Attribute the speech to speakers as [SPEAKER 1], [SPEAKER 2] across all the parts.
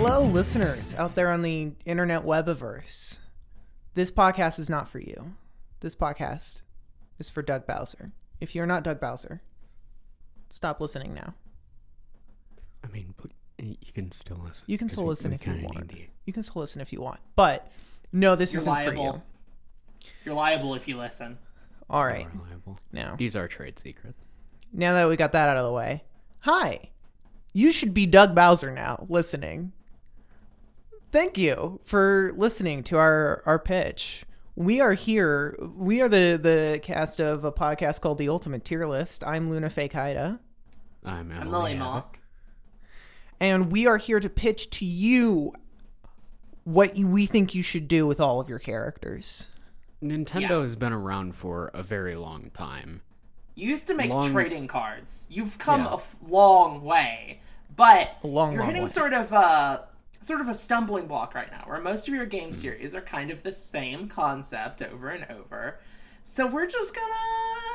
[SPEAKER 1] listeners out there on the internet webiverse, this podcast is not for you. This podcast is for Doug Bowser. If you're not Doug Bowser, stop listening now.
[SPEAKER 2] I mean, pl- y- you can still listen.
[SPEAKER 1] You can
[SPEAKER 2] 'cause
[SPEAKER 1] still
[SPEAKER 2] we-
[SPEAKER 1] listen
[SPEAKER 2] we
[SPEAKER 1] if you
[SPEAKER 2] kinda
[SPEAKER 1] want.
[SPEAKER 2] need
[SPEAKER 1] You can still listen if you want. But no, this
[SPEAKER 3] You're
[SPEAKER 1] isn't for you.
[SPEAKER 3] liable. You're liable if you listen.
[SPEAKER 1] All
[SPEAKER 2] the
[SPEAKER 1] right.
[SPEAKER 2] reliable.
[SPEAKER 1] Now,
[SPEAKER 2] These are trade secrets.
[SPEAKER 1] now that we got that out of the way, hi. You should be Doug Bowser now listening. Thank you for listening to our our pitch. We are here. We are the the cast of a podcast called The Ultimate Tier List. I'm Luna Fake Haida.
[SPEAKER 2] I'm Emily.
[SPEAKER 3] I'm Lily
[SPEAKER 2] Abbott.
[SPEAKER 3] Mock.
[SPEAKER 1] and we are here to pitch to you what you, we think you should do with all of your characters.
[SPEAKER 2] Nintendo
[SPEAKER 3] Yeah.
[SPEAKER 2] has been around for a very long time.
[SPEAKER 3] You used to make
[SPEAKER 2] Long-
[SPEAKER 3] trading cards. You've come
[SPEAKER 2] Yeah.
[SPEAKER 3] a f- long way, but
[SPEAKER 1] long,
[SPEAKER 3] you're
[SPEAKER 1] long
[SPEAKER 3] hitting
[SPEAKER 1] way.
[SPEAKER 3] sort of a sort of a stumbling block right now, where most of your game
[SPEAKER 1] Mm.
[SPEAKER 3] series are kind of the same concept over and over. So we're just gonna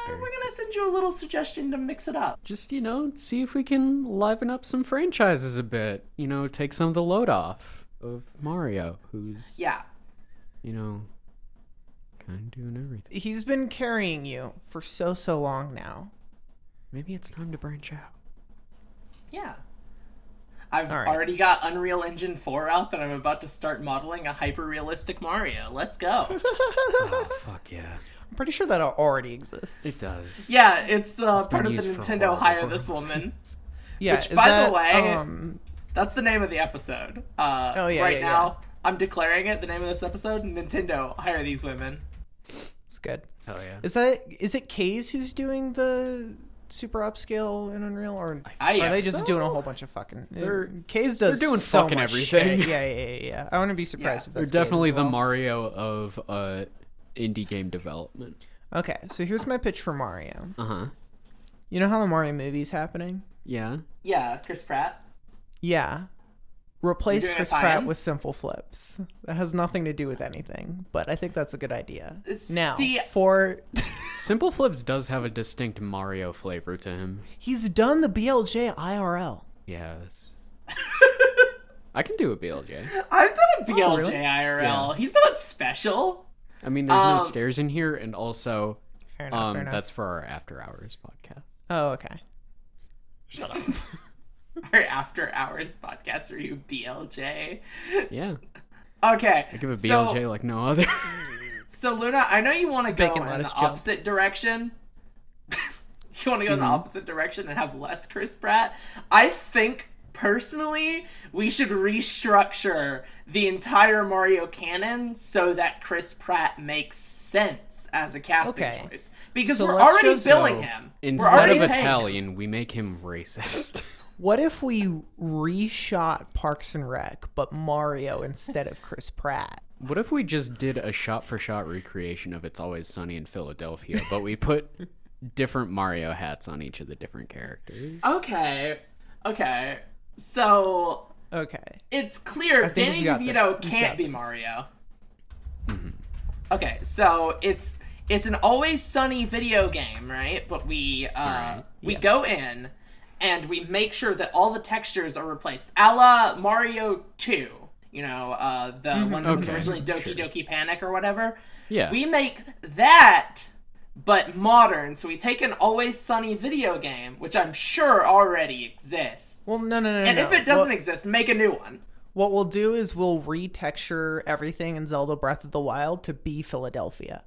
[SPEAKER 3] we're gonna send you a little suggestion to mix it up.
[SPEAKER 2] Just you know, see if we can liven up some franchises a bit. You know, take some of the load off of Mario, who's
[SPEAKER 3] Yeah,
[SPEAKER 2] you know, kind of doing everything.
[SPEAKER 1] He's been carrying you for so so long now.
[SPEAKER 2] Maybe it's time to branch out.
[SPEAKER 3] yeah. I've
[SPEAKER 1] All right.
[SPEAKER 3] already got Unreal Engine 4 up, and I'm about to start modeling a hyper realistic Mario. Let's go.
[SPEAKER 2] Oh fuck yeah,
[SPEAKER 1] I'm pretty sure that already exists.
[SPEAKER 2] it does.
[SPEAKER 3] yeah, it's uh,
[SPEAKER 2] been
[SPEAKER 3] part of the
[SPEAKER 2] used for
[SPEAKER 3] Nintendo
[SPEAKER 2] horrible
[SPEAKER 3] Hire This
[SPEAKER 2] things.
[SPEAKER 3] Woman.
[SPEAKER 1] yeah,
[SPEAKER 3] which,
[SPEAKER 1] is
[SPEAKER 3] by the
[SPEAKER 1] that,
[SPEAKER 3] way-
[SPEAKER 1] um,
[SPEAKER 3] That's the name of the episode. Uh,
[SPEAKER 1] Oh, yeah,
[SPEAKER 3] right
[SPEAKER 1] yeah,
[SPEAKER 3] now, I'm declaring it. The name of this episode: Nintendo hire these women.
[SPEAKER 1] it's good.
[SPEAKER 2] Hell yeah.
[SPEAKER 1] Is that is it Kays who's doing the super upscale in Unreal, or
[SPEAKER 3] I
[SPEAKER 1] are they
[SPEAKER 3] guess
[SPEAKER 1] just
[SPEAKER 3] so.
[SPEAKER 1] doing a whole bunch of fucking? uh,
[SPEAKER 2] They're-
[SPEAKER 1] Kays does
[SPEAKER 2] they're doing
[SPEAKER 1] so
[SPEAKER 2] fucking
[SPEAKER 1] much
[SPEAKER 2] everything.
[SPEAKER 1] shit. Yeah, yeah, yeah, yeah. I wouldn't be surprised
[SPEAKER 3] Yeah.
[SPEAKER 1] if
[SPEAKER 2] They're
[SPEAKER 1] that's Kays
[SPEAKER 2] definitely
[SPEAKER 1] as well.
[SPEAKER 2] the Mario of uh, indie game development.
[SPEAKER 1] Okay, so here's my pitch for Mario.
[SPEAKER 2] Uh huh.
[SPEAKER 3] Uh-huh.
[SPEAKER 1] You know how the Mario movie's happening?
[SPEAKER 2] Yeah.
[SPEAKER 3] Yeah, Chris Pratt.
[SPEAKER 1] Yeah. Replace
[SPEAKER 3] You're doing a
[SPEAKER 1] Chris
[SPEAKER 3] tie-in?
[SPEAKER 1] Pratt with simple flips. That has nothing to do with anything, but I think that's a good idea. Now,
[SPEAKER 3] See-
[SPEAKER 1] for
[SPEAKER 2] Simple Flips does have a distinct Mario flavor to him.
[SPEAKER 1] he's done the BLJ IRL.
[SPEAKER 2] Yes. I can do a BLJ.
[SPEAKER 3] I've done a BLJ
[SPEAKER 1] Oh, really?
[SPEAKER 3] IRL. He's not special.
[SPEAKER 2] I mean, there's no
[SPEAKER 3] Um, Ah,
[SPEAKER 2] stairs in here, and also,
[SPEAKER 1] Fair enough. fair
[SPEAKER 2] um,
[SPEAKER 1] enough.
[SPEAKER 2] that's for our after hours podcast.
[SPEAKER 1] Oh, okay.
[SPEAKER 3] Our after hours podcast review BLJ.
[SPEAKER 2] Yeah,
[SPEAKER 3] Okay,
[SPEAKER 2] I give a
[SPEAKER 3] so-
[SPEAKER 2] BLJ like no other.
[SPEAKER 3] So, Luna, I know you want to go
[SPEAKER 1] Bacon,
[SPEAKER 3] in
[SPEAKER 1] lettuce,
[SPEAKER 3] the
[SPEAKER 1] Joe.
[SPEAKER 3] opposite direction. you want to
[SPEAKER 1] Mm-hmm.
[SPEAKER 3] go in the opposite direction and have less Chris Pratt. I think personally we should restructure the entire Mario canon so that Chris Pratt makes sense as a casting
[SPEAKER 1] Okay.
[SPEAKER 3] choice because
[SPEAKER 1] So
[SPEAKER 3] we're
[SPEAKER 1] let's
[SPEAKER 3] already
[SPEAKER 1] just-
[SPEAKER 3] billing
[SPEAKER 1] so
[SPEAKER 3] him. we're
[SPEAKER 2] Instead
[SPEAKER 3] already
[SPEAKER 2] of
[SPEAKER 3] paying him.
[SPEAKER 2] Italian, we make him racist.
[SPEAKER 1] What if we reshot Parks and Rec, but Mario instead of Chris Pratt?
[SPEAKER 2] what if we just did a shot-for-shot recreation of "It's Always Sunny in Philadelphia," but we put different Mario hats on each of the different characters?
[SPEAKER 3] Okay, okay. So
[SPEAKER 1] Okay.
[SPEAKER 3] it's clear
[SPEAKER 1] think
[SPEAKER 3] Danny
[SPEAKER 1] we got
[SPEAKER 3] DeVito
[SPEAKER 1] this. We
[SPEAKER 3] can't
[SPEAKER 1] got
[SPEAKER 3] be
[SPEAKER 1] this.
[SPEAKER 3] Mario.
[SPEAKER 2] Mm-hmm.
[SPEAKER 3] Okay, so it's it's an always sunny video game, right? But we uh, we go in and we make sure that all the textures are replaced, a la Mario Two. You know, uh, the one that
[SPEAKER 2] Mm-hmm.
[SPEAKER 3] was
[SPEAKER 2] Okay,
[SPEAKER 3] originally Doki
[SPEAKER 2] sure.
[SPEAKER 3] Doki Panic or whatever.
[SPEAKER 2] Yeah.
[SPEAKER 3] We make that but modern. So we take an always sunny video game, which I'm sure already exists.
[SPEAKER 1] Well, no, no, no.
[SPEAKER 3] and
[SPEAKER 1] no.
[SPEAKER 3] if it doesn't
[SPEAKER 1] What-
[SPEAKER 3] exist, make a new one.
[SPEAKER 1] What we'll do is we'll retexture everything in Zelda Breath of the Wild to be Philadelphia.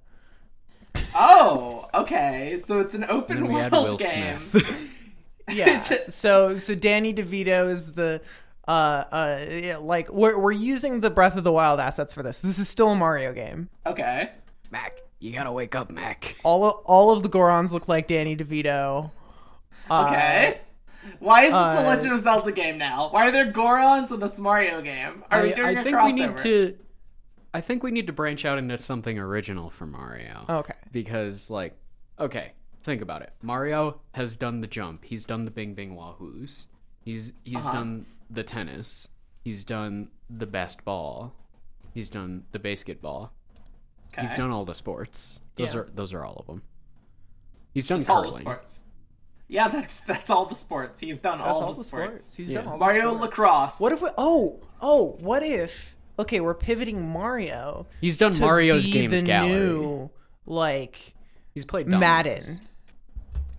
[SPEAKER 3] Oh, okay. So it's an open
[SPEAKER 2] And we
[SPEAKER 3] world
[SPEAKER 2] had Will
[SPEAKER 3] game.
[SPEAKER 2] Smith.
[SPEAKER 1] Yeah. so so Danny DeVito is the uh uh yeah, like we're we're using the Breath of the Wild assets for this. This is still a Mario game.
[SPEAKER 3] Okay.
[SPEAKER 2] Mac, you gotta wake up, Mac.
[SPEAKER 1] All of, all of the Gorons look like Danny DeVito. Uh,
[SPEAKER 3] Okay. Why is this
[SPEAKER 1] uh,
[SPEAKER 3] a Legend of Zelda game now? Why are there Gorons in this Mario game? Are we
[SPEAKER 2] I-
[SPEAKER 3] doing
[SPEAKER 2] I
[SPEAKER 3] a
[SPEAKER 2] think
[SPEAKER 3] crossover?
[SPEAKER 2] we need to. I think we need to branch out into something original for Mario.
[SPEAKER 1] Uh, Okay.
[SPEAKER 2] because like okay think about it mario has done the jump he's done the bing bing wahoos he's he's done the tennis he's done the best ball he's done the basketball
[SPEAKER 3] Okay.
[SPEAKER 2] he's done all the sports those
[SPEAKER 1] Yeah.
[SPEAKER 2] are those are all of them he's done
[SPEAKER 3] It's all the
[SPEAKER 2] curling
[SPEAKER 3] sports. Yeah, that's that's all the sports. He's done
[SPEAKER 1] That's
[SPEAKER 3] all, the sports.
[SPEAKER 1] He's
[SPEAKER 2] Yeah.
[SPEAKER 1] done all the
[SPEAKER 3] Mario
[SPEAKER 1] sports.
[SPEAKER 3] Lacrosse.
[SPEAKER 1] What if we? Oh, oh, what if? Okay, we're pivoting Mario.
[SPEAKER 2] He's done
[SPEAKER 1] to
[SPEAKER 2] Mario's
[SPEAKER 1] be
[SPEAKER 2] games
[SPEAKER 1] the
[SPEAKER 2] gallery.
[SPEAKER 1] new like
[SPEAKER 2] He's played dominoes.
[SPEAKER 1] Madden.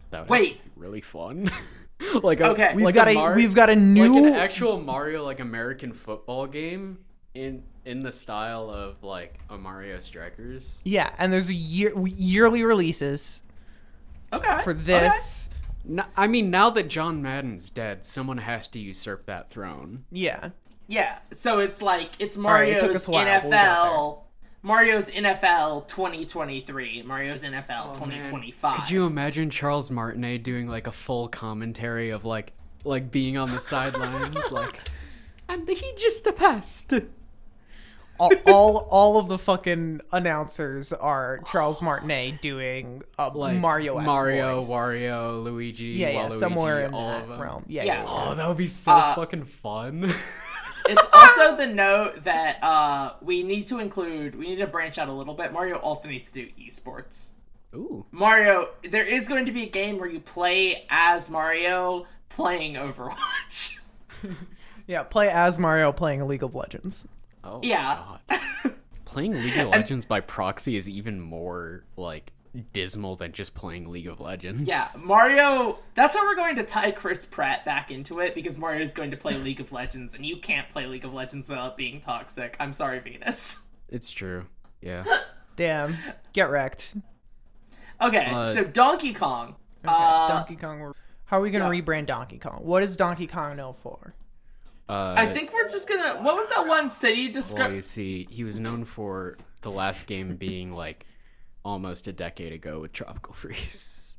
[SPEAKER 2] That would
[SPEAKER 3] Wait.
[SPEAKER 2] be really fun. like a,
[SPEAKER 3] Okay.
[SPEAKER 1] We've
[SPEAKER 2] like
[SPEAKER 1] got a,
[SPEAKER 2] Mar-
[SPEAKER 1] we've got a new
[SPEAKER 2] like an actual Mario like American football game in in the style of like a Mario Strikers.
[SPEAKER 1] yeah, and there's a year yearly releases
[SPEAKER 3] Okay.
[SPEAKER 1] for
[SPEAKER 3] okay.
[SPEAKER 1] this.
[SPEAKER 2] No, I mean, now that John Madden's dead, someone has to usurp that throne.
[SPEAKER 1] Yeah,
[SPEAKER 3] Yeah. So it's like it's
[SPEAKER 1] right,
[SPEAKER 3] Mario's
[SPEAKER 1] it took us a while, but we got
[SPEAKER 3] NFL. Mario's NFL 2023. Mario's
[SPEAKER 1] Oh,
[SPEAKER 3] NFL 2025.
[SPEAKER 2] Could you imagine Charles Martinet doing like a full commentary of like like being on the sidelines like and he just the past.
[SPEAKER 1] all, all all of the fucking announcers are Charles Martinet doing a
[SPEAKER 2] Like
[SPEAKER 1] Mario
[SPEAKER 2] Mario,
[SPEAKER 1] voice.
[SPEAKER 2] Wario, Luigi,
[SPEAKER 1] Yeah, yeah,
[SPEAKER 2] Waluigi,
[SPEAKER 1] somewhere in
[SPEAKER 2] all
[SPEAKER 1] that
[SPEAKER 2] of them.
[SPEAKER 1] realm. Yeah,
[SPEAKER 3] Yeah.
[SPEAKER 1] yeah. yeah.
[SPEAKER 2] Oh, that would be so
[SPEAKER 3] Uh,
[SPEAKER 2] fucking fun.
[SPEAKER 3] it's also the note that uh, we need to include. We need to branch out a little bit. Mario also needs to do esports.
[SPEAKER 2] Ooh.
[SPEAKER 3] Mario, there is going to be a game where you play as Mario playing Overwatch.
[SPEAKER 1] Yeah, play as Mario playing League of Legends.
[SPEAKER 2] Oh
[SPEAKER 3] Yeah.
[SPEAKER 2] God. playing League of Legends by proxy is even more like dismal than just playing League of Legends.
[SPEAKER 3] yeah, Mario. That's where we're going to tie Chris Pratt back into it because Mario is going to play League of Legends, and you can't play League of Legends without being toxic. I'm sorry, Venus.
[SPEAKER 2] It's true. Yeah.
[SPEAKER 1] Damn, get wrecked.
[SPEAKER 3] Okay,
[SPEAKER 2] Uh,
[SPEAKER 3] so Donkey Kong.
[SPEAKER 1] Okay,
[SPEAKER 3] Uh,
[SPEAKER 1] Donkey Kong. we're- How are we gonna
[SPEAKER 3] yeah.
[SPEAKER 1] rebrand Donkey Kong? What is Donkey Kong known for?
[SPEAKER 2] Uh,
[SPEAKER 3] I think we're just gonna. What was that one city
[SPEAKER 2] Well, you
[SPEAKER 3] description?
[SPEAKER 2] see, he was known for the last game being like almost a decade ago with Tropical Freeze.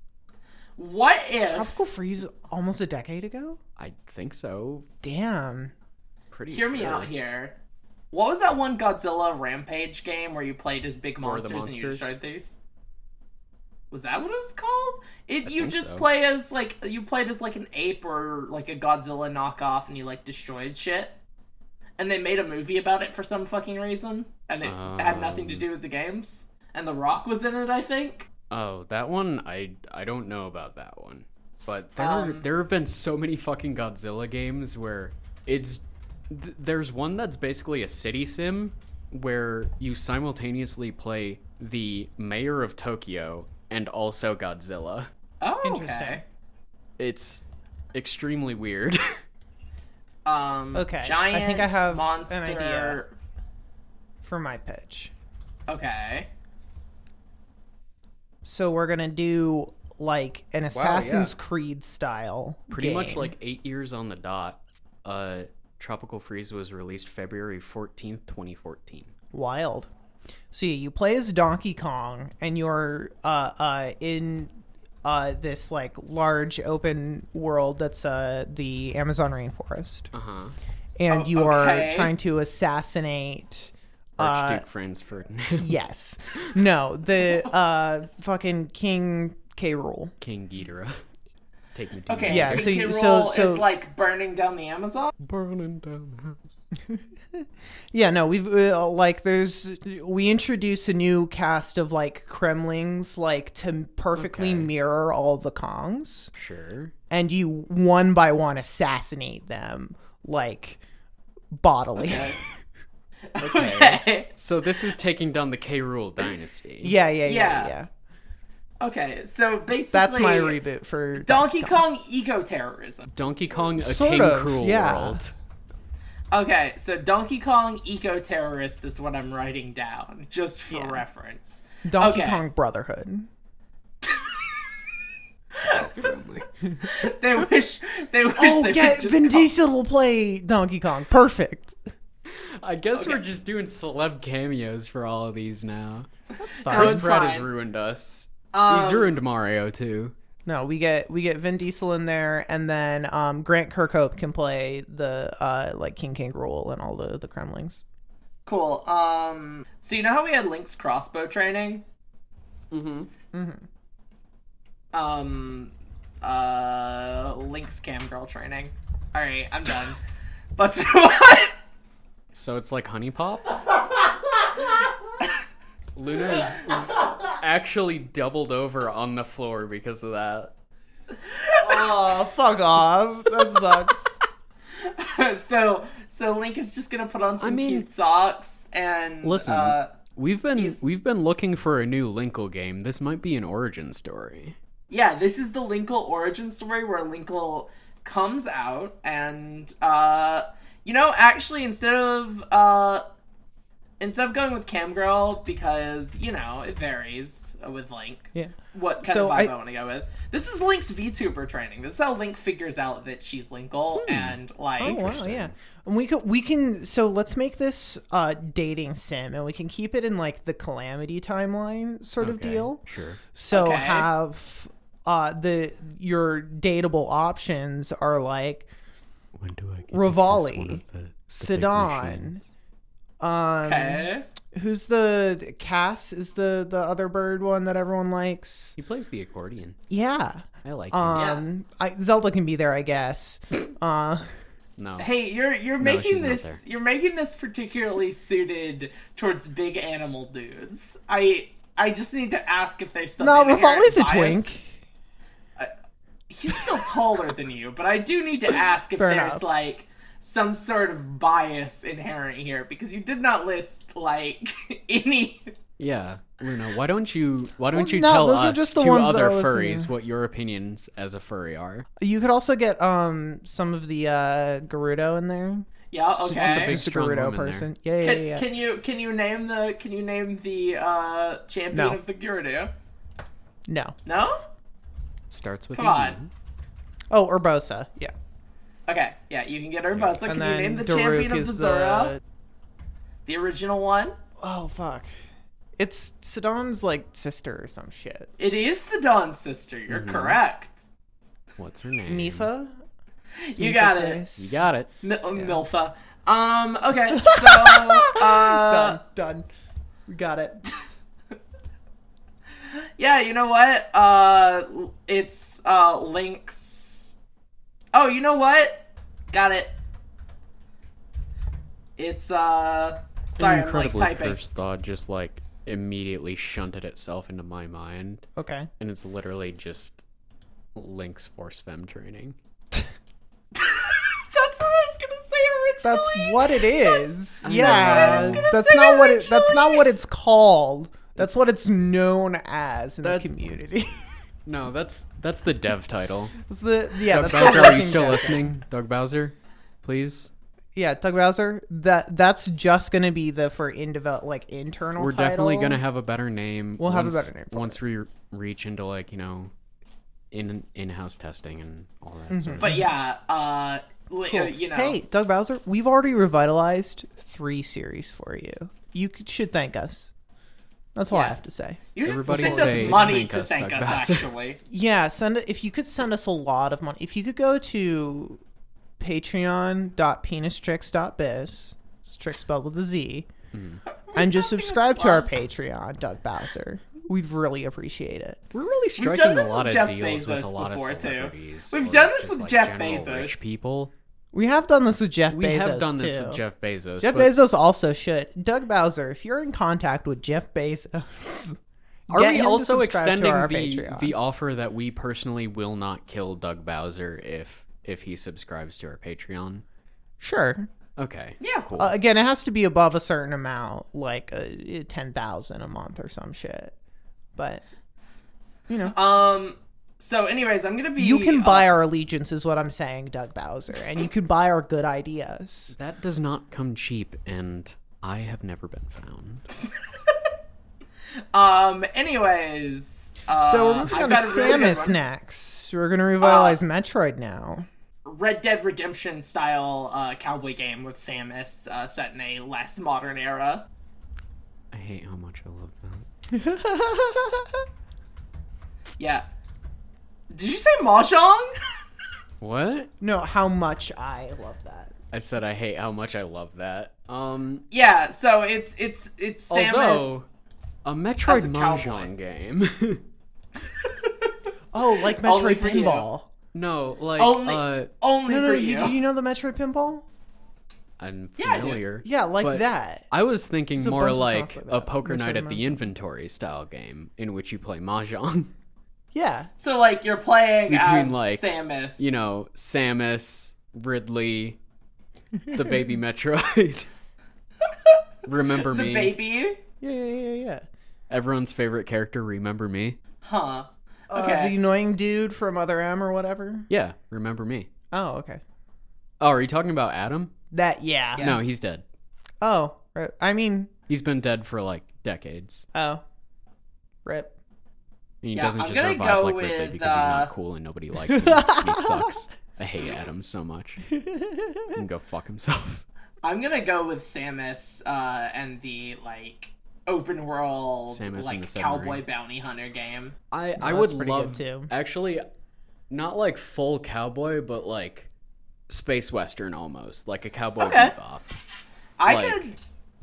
[SPEAKER 3] What if?
[SPEAKER 1] Tropical Freeze almost a decade ago.
[SPEAKER 2] I think so.
[SPEAKER 1] Damn.
[SPEAKER 2] Pretty.
[SPEAKER 3] Hear me
[SPEAKER 2] sure.
[SPEAKER 3] out here. What was that one Godzilla Rampage game where you played as big
[SPEAKER 2] War of
[SPEAKER 3] monsters,
[SPEAKER 2] the
[SPEAKER 3] and you
[SPEAKER 2] Monsters?
[SPEAKER 3] destroyed these? Was that what it was called? It you
[SPEAKER 2] think
[SPEAKER 3] just
[SPEAKER 2] so.
[SPEAKER 3] play as like you played as like an ape or like a Godzilla knockoff, and you like destroyed shit. And they made a movie about it for some fucking reason, and it had nothing to
[SPEAKER 2] Um.
[SPEAKER 3] do with the games. And The Rock was in it, I think.
[SPEAKER 2] Oh, that one I I don't know about that one. But there
[SPEAKER 3] Um,
[SPEAKER 2] there have been so many fucking Godzilla games where it's th- there's one that's basically a city sim where you simultaneously play the mayor of Tokyo and also Godzilla.
[SPEAKER 3] Oh,
[SPEAKER 1] Interesting.
[SPEAKER 3] Okay.
[SPEAKER 2] It's extremely weird.
[SPEAKER 3] Um,
[SPEAKER 1] Okay, I think
[SPEAKER 3] Giant
[SPEAKER 1] I have an
[SPEAKER 3] monster.
[SPEAKER 1] idea. For my pitch,
[SPEAKER 3] Okay.
[SPEAKER 1] so we're gonna do like an Assassin's Creed style.
[SPEAKER 2] Pretty much
[SPEAKER 1] game.
[SPEAKER 2] like 8 years on the dot. Uh Tropical Freeze was released February 14th, 2014.
[SPEAKER 1] Wild. So yeah, you play as Donkey Kong, and you're uh, uh, in uh, this like large open world that's uh, the Amazon rainforest,
[SPEAKER 2] Uh-huh.
[SPEAKER 1] and
[SPEAKER 3] Oh,
[SPEAKER 1] you
[SPEAKER 3] okay.
[SPEAKER 1] are trying to assassinate. Uh,
[SPEAKER 2] Archduke Franz Ferdinand.
[SPEAKER 1] yes, no, the uh, fucking King K. Rule.
[SPEAKER 2] King Ghidorah. Take me to
[SPEAKER 3] Okay.
[SPEAKER 1] Yeah,
[SPEAKER 3] Yeah.
[SPEAKER 1] so
[SPEAKER 3] So,
[SPEAKER 1] you- so-
[SPEAKER 3] roll
[SPEAKER 1] so-
[SPEAKER 3] is like burning down the Amazon.
[SPEAKER 2] burning down the house.
[SPEAKER 1] Yeah, no, we've uh, like there's we introduce a new cast of like Kremlings like to perfectly
[SPEAKER 2] Okay.
[SPEAKER 1] mirror all the Kongs.
[SPEAKER 2] Sure.
[SPEAKER 1] and you one by one assassinate them like bodily.
[SPEAKER 2] Okay.
[SPEAKER 3] Okay.
[SPEAKER 2] So this is taking down the K Rule dynasty.
[SPEAKER 1] yeah, yeah, yeah, yeah,
[SPEAKER 3] Yeah. okay. So basically,
[SPEAKER 1] That's my reboot for
[SPEAKER 3] Donkey Kong eco terrorism.
[SPEAKER 2] Donkey Kong, a
[SPEAKER 1] Sort
[SPEAKER 2] king
[SPEAKER 1] of,
[SPEAKER 2] cruel
[SPEAKER 1] yeah.
[SPEAKER 2] world.
[SPEAKER 3] Okay, so Donkey Kong eco terrorist is what I'm writing down just for reference.
[SPEAKER 1] Donkey
[SPEAKER 3] Okay.
[SPEAKER 1] Kong Brotherhood.
[SPEAKER 3] They wish. They wish.
[SPEAKER 1] Oh yeah,
[SPEAKER 3] they would just
[SPEAKER 1] Vin
[SPEAKER 3] call-
[SPEAKER 1] Diesel will play Donkey Kong. Perfect.
[SPEAKER 2] I guess we're just doing celeb cameos for all of these now.
[SPEAKER 1] Fine.
[SPEAKER 3] That
[SPEAKER 2] Chris
[SPEAKER 3] was
[SPEAKER 2] Pratt has
[SPEAKER 3] fine.
[SPEAKER 2] ruined us. He's
[SPEAKER 3] Um,
[SPEAKER 2] ruined Mario too.
[SPEAKER 1] No, we get we get Vin Diesel in there, and then um, Grant Kirkhope can play the uh, like King King Rule and all the the Kremlings.
[SPEAKER 3] Cool. Um. So you know how we had Link's crossbow training? Mm-hmm. Mm-hmm. Um. Uh. Link's cam girl training. All right, I'm done. Let's move on.
[SPEAKER 2] So it's like Honey Pop. Luna is actually doubled over on the floor because of that.
[SPEAKER 1] oh, fuck off. That sucks.
[SPEAKER 3] so so Link is just gonna put on some
[SPEAKER 2] mean-
[SPEAKER 3] cute socks and
[SPEAKER 2] Listen,
[SPEAKER 3] Uh,
[SPEAKER 2] we've been
[SPEAKER 3] he's-
[SPEAKER 2] we've been looking for a new Linkle game. This might be an origin story.
[SPEAKER 3] yeah, this is the Linkle origin story where Linkle comes out and uh, you know actually instead of uh, instead of going with Camgirl because you know it varies with Link.
[SPEAKER 1] Yeah.
[SPEAKER 3] What kind
[SPEAKER 1] So
[SPEAKER 3] of vibe
[SPEAKER 1] I-
[SPEAKER 3] I, want to go with? This is Link's VTuber training. This is how Link figures out that she's Linkle and like
[SPEAKER 1] Oh wow, yeah. And we could we can so let's make this uh dating sim and we can keep it in like the calamity timeline sort of
[SPEAKER 2] Okay,
[SPEAKER 1] deal.
[SPEAKER 2] Sure.
[SPEAKER 1] So
[SPEAKER 3] Okay.
[SPEAKER 1] have uh the your dateable options are like
[SPEAKER 2] When do I get
[SPEAKER 1] Rivali,
[SPEAKER 2] this one of the- the
[SPEAKER 1] Sedan.
[SPEAKER 2] technicians?
[SPEAKER 1] Um
[SPEAKER 3] Okay.
[SPEAKER 1] who's the Cass is the the other bird one that everyone likes.
[SPEAKER 2] He plays the accordion.
[SPEAKER 1] Yeah.
[SPEAKER 2] I like him.
[SPEAKER 1] Um I Zelda can be there, I guess. Uh
[SPEAKER 2] No.
[SPEAKER 3] Hey, you're you're
[SPEAKER 2] she's
[SPEAKER 3] making
[SPEAKER 2] not
[SPEAKER 3] this you're making this particularly suited towards big animal dudes. I I just need to ask if there's something.
[SPEAKER 1] no,
[SPEAKER 3] inherent
[SPEAKER 1] Rafali's a
[SPEAKER 3] bias.
[SPEAKER 1] twink.
[SPEAKER 3] He's still taller than you, but I do need to ask if
[SPEAKER 1] Fair
[SPEAKER 3] there's
[SPEAKER 1] enough.
[SPEAKER 3] like some sort of bias inherent here because you did not list like any.
[SPEAKER 2] Yeah, Luna, why don't you why don't you
[SPEAKER 1] no,
[SPEAKER 2] tell
[SPEAKER 1] those are
[SPEAKER 2] us
[SPEAKER 1] just the
[SPEAKER 2] two
[SPEAKER 1] ones that
[SPEAKER 2] other
[SPEAKER 1] I was
[SPEAKER 2] furries
[SPEAKER 1] seeing.
[SPEAKER 2] what your opinions as a furry are?
[SPEAKER 1] You could also get um some of the uh Gerudo in there.
[SPEAKER 3] Yeah.
[SPEAKER 2] So you want the
[SPEAKER 3] Okay.
[SPEAKER 2] big
[SPEAKER 1] Just a
[SPEAKER 2] strong
[SPEAKER 1] Gerudo
[SPEAKER 2] woman there.
[SPEAKER 1] person. Yeah, yeah,
[SPEAKER 3] Can,
[SPEAKER 1] yeah.
[SPEAKER 3] can you can you name the can you name the uh, champion
[SPEAKER 1] No.
[SPEAKER 3] of the Gerudo?
[SPEAKER 1] No.
[SPEAKER 3] No.
[SPEAKER 2] Starts with
[SPEAKER 3] Come
[SPEAKER 2] a
[SPEAKER 3] on.
[SPEAKER 2] U.
[SPEAKER 1] Oh, Urbosa. Yeah.
[SPEAKER 3] Okay. Yeah, you can get Urbosa. Can
[SPEAKER 1] And
[SPEAKER 3] you
[SPEAKER 1] then
[SPEAKER 3] name the
[SPEAKER 1] Daruk
[SPEAKER 3] champion of
[SPEAKER 1] is
[SPEAKER 3] the
[SPEAKER 1] the,
[SPEAKER 3] Zora? The original one?
[SPEAKER 1] Oh fuck. It's Sedan's like sister or some shit.
[SPEAKER 3] It is Sidon's sister. You're
[SPEAKER 2] Mm-hmm.
[SPEAKER 3] correct.
[SPEAKER 2] What's her name?
[SPEAKER 1] Mifa?
[SPEAKER 3] you got
[SPEAKER 1] Mifa's
[SPEAKER 3] it.
[SPEAKER 1] race?
[SPEAKER 2] You got it.
[SPEAKER 3] M- uh, Milfa. Um, okay. So, uh,
[SPEAKER 1] Done. Done. We got it.
[SPEAKER 3] yeah, you know what? Uh, it's, uh, Link's. Oh, you know what? Got it. It's, uh, sorry, I'm like
[SPEAKER 2] Incredibly
[SPEAKER 3] typing.
[SPEAKER 2] first thought just like immediately shunted itself into my mind,
[SPEAKER 1] Okay.
[SPEAKER 2] and it's literally just Link's force fem training.
[SPEAKER 3] That's what I was gonna say originally.
[SPEAKER 1] That's what it is.
[SPEAKER 3] that's what I was
[SPEAKER 1] yeah.
[SPEAKER 3] gonna
[SPEAKER 1] That's
[SPEAKER 3] say
[SPEAKER 1] not what it that's not
[SPEAKER 3] originally.
[SPEAKER 1] what it's called. That's what it's known as in
[SPEAKER 2] That's-
[SPEAKER 1] the community.
[SPEAKER 2] No, that's that's the dev title.
[SPEAKER 1] It's the- yeah,
[SPEAKER 2] Doug
[SPEAKER 1] that's
[SPEAKER 2] Bowser,
[SPEAKER 1] the
[SPEAKER 2] are you
[SPEAKER 1] working
[SPEAKER 2] still
[SPEAKER 1] title.
[SPEAKER 2] listening? Doug Bowser, please.
[SPEAKER 1] Yeah, Doug Bowser. That that's just gonna be the for in develop like internal.
[SPEAKER 2] We're definitely
[SPEAKER 1] title.
[SPEAKER 2] gonna have a better name.
[SPEAKER 1] We'll have a
[SPEAKER 2] once,
[SPEAKER 1] better name for
[SPEAKER 2] once we reach into like you know, in in-house testing and all
[SPEAKER 1] Mm-hmm.
[SPEAKER 2] that. Sort of
[SPEAKER 3] But yeah, uh, li- uh, you know.
[SPEAKER 1] Hey, Doug Bowser, we've already revitalized three series for you. You c- should thank us. That's all I
[SPEAKER 3] Yeah.
[SPEAKER 1] have to say.
[SPEAKER 3] You should
[SPEAKER 2] Everybody
[SPEAKER 3] send
[SPEAKER 2] say
[SPEAKER 3] us money
[SPEAKER 2] thank
[SPEAKER 3] to
[SPEAKER 2] us,
[SPEAKER 3] thank
[SPEAKER 2] Doug
[SPEAKER 3] us,
[SPEAKER 2] Bowser.
[SPEAKER 3] actually.
[SPEAKER 1] Yeah, send if you could send us a lot of money. If you could go to patreon.penistricks.biz, it's tricks spelled with a Z,
[SPEAKER 2] Mm-hmm.
[SPEAKER 1] and just subscribe to our Patreon, Doug Bowser. We'd really appreciate it.
[SPEAKER 2] We're really
[SPEAKER 3] done
[SPEAKER 2] striking
[SPEAKER 3] this
[SPEAKER 2] a lot
[SPEAKER 3] with
[SPEAKER 2] of
[SPEAKER 3] Jeff
[SPEAKER 2] deals with a
[SPEAKER 3] Bezos
[SPEAKER 2] lot
[SPEAKER 3] before,
[SPEAKER 2] of
[SPEAKER 3] too.
[SPEAKER 2] celebrities.
[SPEAKER 3] We've
[SPEAKER 2] or
[SPEAKER 3] done this
[SPEAKER 2] just,
[SPEAKER 3] with
[SPEAKER 2] like,
[SPEAKER 3] Jeff
[SPEAKER 2] general
[SPEAKER 3] Bezos.
[SPEAKER 2] Rich people.
[SPEAKER 1] We have done this with Jeff
[SPEAKER 2] We
[SPEAKER 1] Bezos.
[SPEAKER 2] have done this
[SPEAKER 1] too.
[SPEAKER 2] with Jeff Bezos.
[SPEAKER 1] Jeff
[SPEAKER 2] but
[SPEAKER 1] Bezos also should. Doug Bowser, if you're in contact with Jeff Bezos,
[SPEAKER 2] Are
[SPEAKER 1] get
[SPEAKER 2] we
[SPEAKER 1] him to
[SPEAKER 2] also
[SPEAKER 1] subscribe to
[SPEAKER 2] extending
[SPEAKER 1] our
[SPEAKER 2] the,
[SPEAKER 1] Patreon.
[SPEAKER 2] the offer that we personally will not kill Doug Bowser if if he subscribes to our Patreon?
[SPEAKER 1] Sure.
[SPEAKER 2] Okay.
[SPEAKER 3] Yeah.
[SPEAKER 2] Cool.
[SPEAKER 1] Uh, again, it has to be above a certain amount, like uh, ten thousand a month or some shit. But
[SPEAKER 3] Um. So, anyways, I'm gonna be.
[SPEAKER 1] you can buy
[SPEAKER 3] uh,
[SPEAKER 1] our allegiance, is what I'm saying, Doug Bowser, and you can buy our good ideas.
[SPEAKER 2] that does not come cheap, and I have never been found.
[SPEAKER 3] Um. Anyways. Uh,
[SPEAKER 1] So we're moving
[SPEAKER 3] I've
[SPEAKER 1] on to
[SPEAKER 3] got a really good
[SPEAKER 1] Samus
[SPEAKER 3] one. Uh,
[SPEAKER 1] next. We're gonna revitalize Metroid now.
[SPEAKER 3] Red Dead Redemption style uh, cowboy game with Samus uh, set in a less modern era.
[SPEAKER 2] I hate how much I love that.
[SPEAKER 3] Yeah. Did you say mahjong?
[SPEAKER 2] What?
[SPEAKER 1] no, how much I love that.
[SPEAKER 2] I said I hate how much I love that. Um.
[SPEAKER 3] yeah. So it's it's it's Samus.
[SPEAKER 2] Although a Metroid
[SPEAKER 3] a cowboy.
[SPEAKER 2] Mahjong game.
[SPEAKER 1] Oh, like
[SPEAKER 3] Only
[SPEAKER 1] Metroid
[SPEAKER 3] for you.
[SPEAKER 1] Pinball.
[SPEAKER 2] no, like
[SPEAKER 3] Only-
[SPEAKER 2] uh,
[SPEAKER 3] only
[SPEAKER 1] No, no,
[SPEAKER 3] for
[SPEAKER 1] you,
[SPEAKER 3] you.
[SPEAKER 1] did you know the Metroid Pinball?
[SPEAKER 2] I'm
[SPEAKER 3] Yeah, I do.
[SPEAKER 2] familiar.
[SPEAKER 1] Yeah, like
[SPEAKER 2] But-
[SPEAKER 1] that.
[SPEAKER 2] I was thinking
[SPEAKER 1] a
[SPEAKER 2] more
[SPEAKER 1] bunch of
[SPEAKER 2] like
[SPEAKER 1] stuff like
[SPEAKER 2] a
[SPEAKER 1] that.
[SPEAKER 2] poker
[SPEAKER 1] Metroid
[SPEAKER 2] night at the
[SPEAKER 1] Mahjong.
[SPEAKER 2] inventory style game in which you play mahjong.
[SPEAKER 1] Yeah.
[SPEAKER 3] So like you're playing
[SPEAKER 2] Between,
[SPEAKER 3] as
[SPEAKER 2] like,
[SPEAKER 3] Samus.
[SPEAKER 2] You know, Samus, Ridley, the baby Metroid. Remember
[SPEAKER 3] the
[SPEAKER 2] me.
[SPEAKER 3] baby.
[SPEAKER 1] Yeah, yeah, yeah, yeah.
[SPEAKER 2] Everyone's favorite character, Remember Me.
[SPEAKER 3] Huh.
[SPEAKER 1] Uh,
[SPEAKER 3] Okay.
[SPEAKER 1] the annoying dude from Other M or whatever.
[SPEAKER 2] Yeah, Remember Me.
[SPEAKER 1] Oh, okay.
[SPEAKER 2] Oh, are you talking about Adam?
[SPEAKER 1] That yeah.
[SPEAKER 3] Yeah.
[SPEAKER 2] No, he's dead.
[SPEAKER 1] Oh, rip. I mean,
[SPEAKER 2] He's been dead for like decades.
[SPEAKER 1] oh, rip.
[SPEAKER 2] And he
[SPEAKER 3] Yeah,
[SPEAKER 2] doesn't
[SPEAKER 3] I'm
[SPEAKER 2] just
[SPEAKER 3] gonna
[SPEAKER 2] rip
[SPEAKER 3] go
[SPEAKER 2] off like Ridley because
[SPEAKER 3] with,
[SPEAKER 2] he's
[SPEAKER 3] uh,
[SPEAKER 2] not cool and nobody likes him. he sucks. I hate Adam so much. He can go fuck himself.
[SPEAKER 3] I'm gonna go with Samus uh, and the like open world
[SPEAKER 2] Samus and the
[SPEAKER 3] like
[SPEAKER 2] submarine.
[SPEAKER 3] cowboy bounty hunter game.
[SPEAKER 2] I I
[SPEAKER 1] that's
[SPEAKER 2] would
[SPEAKER 1] pretty good,
[SPEAKER 2] love
[SPEAKER 1] too.
[SPEAKER 2] actually not like full cowboy, but like space western almost, like a cowboy
[SPEAKER 3] Okay.
[SPEAKER 2] bebop.
[SPEAKER 3] I
[SPEAKER 2] Like-
[SPEAKER 3] could,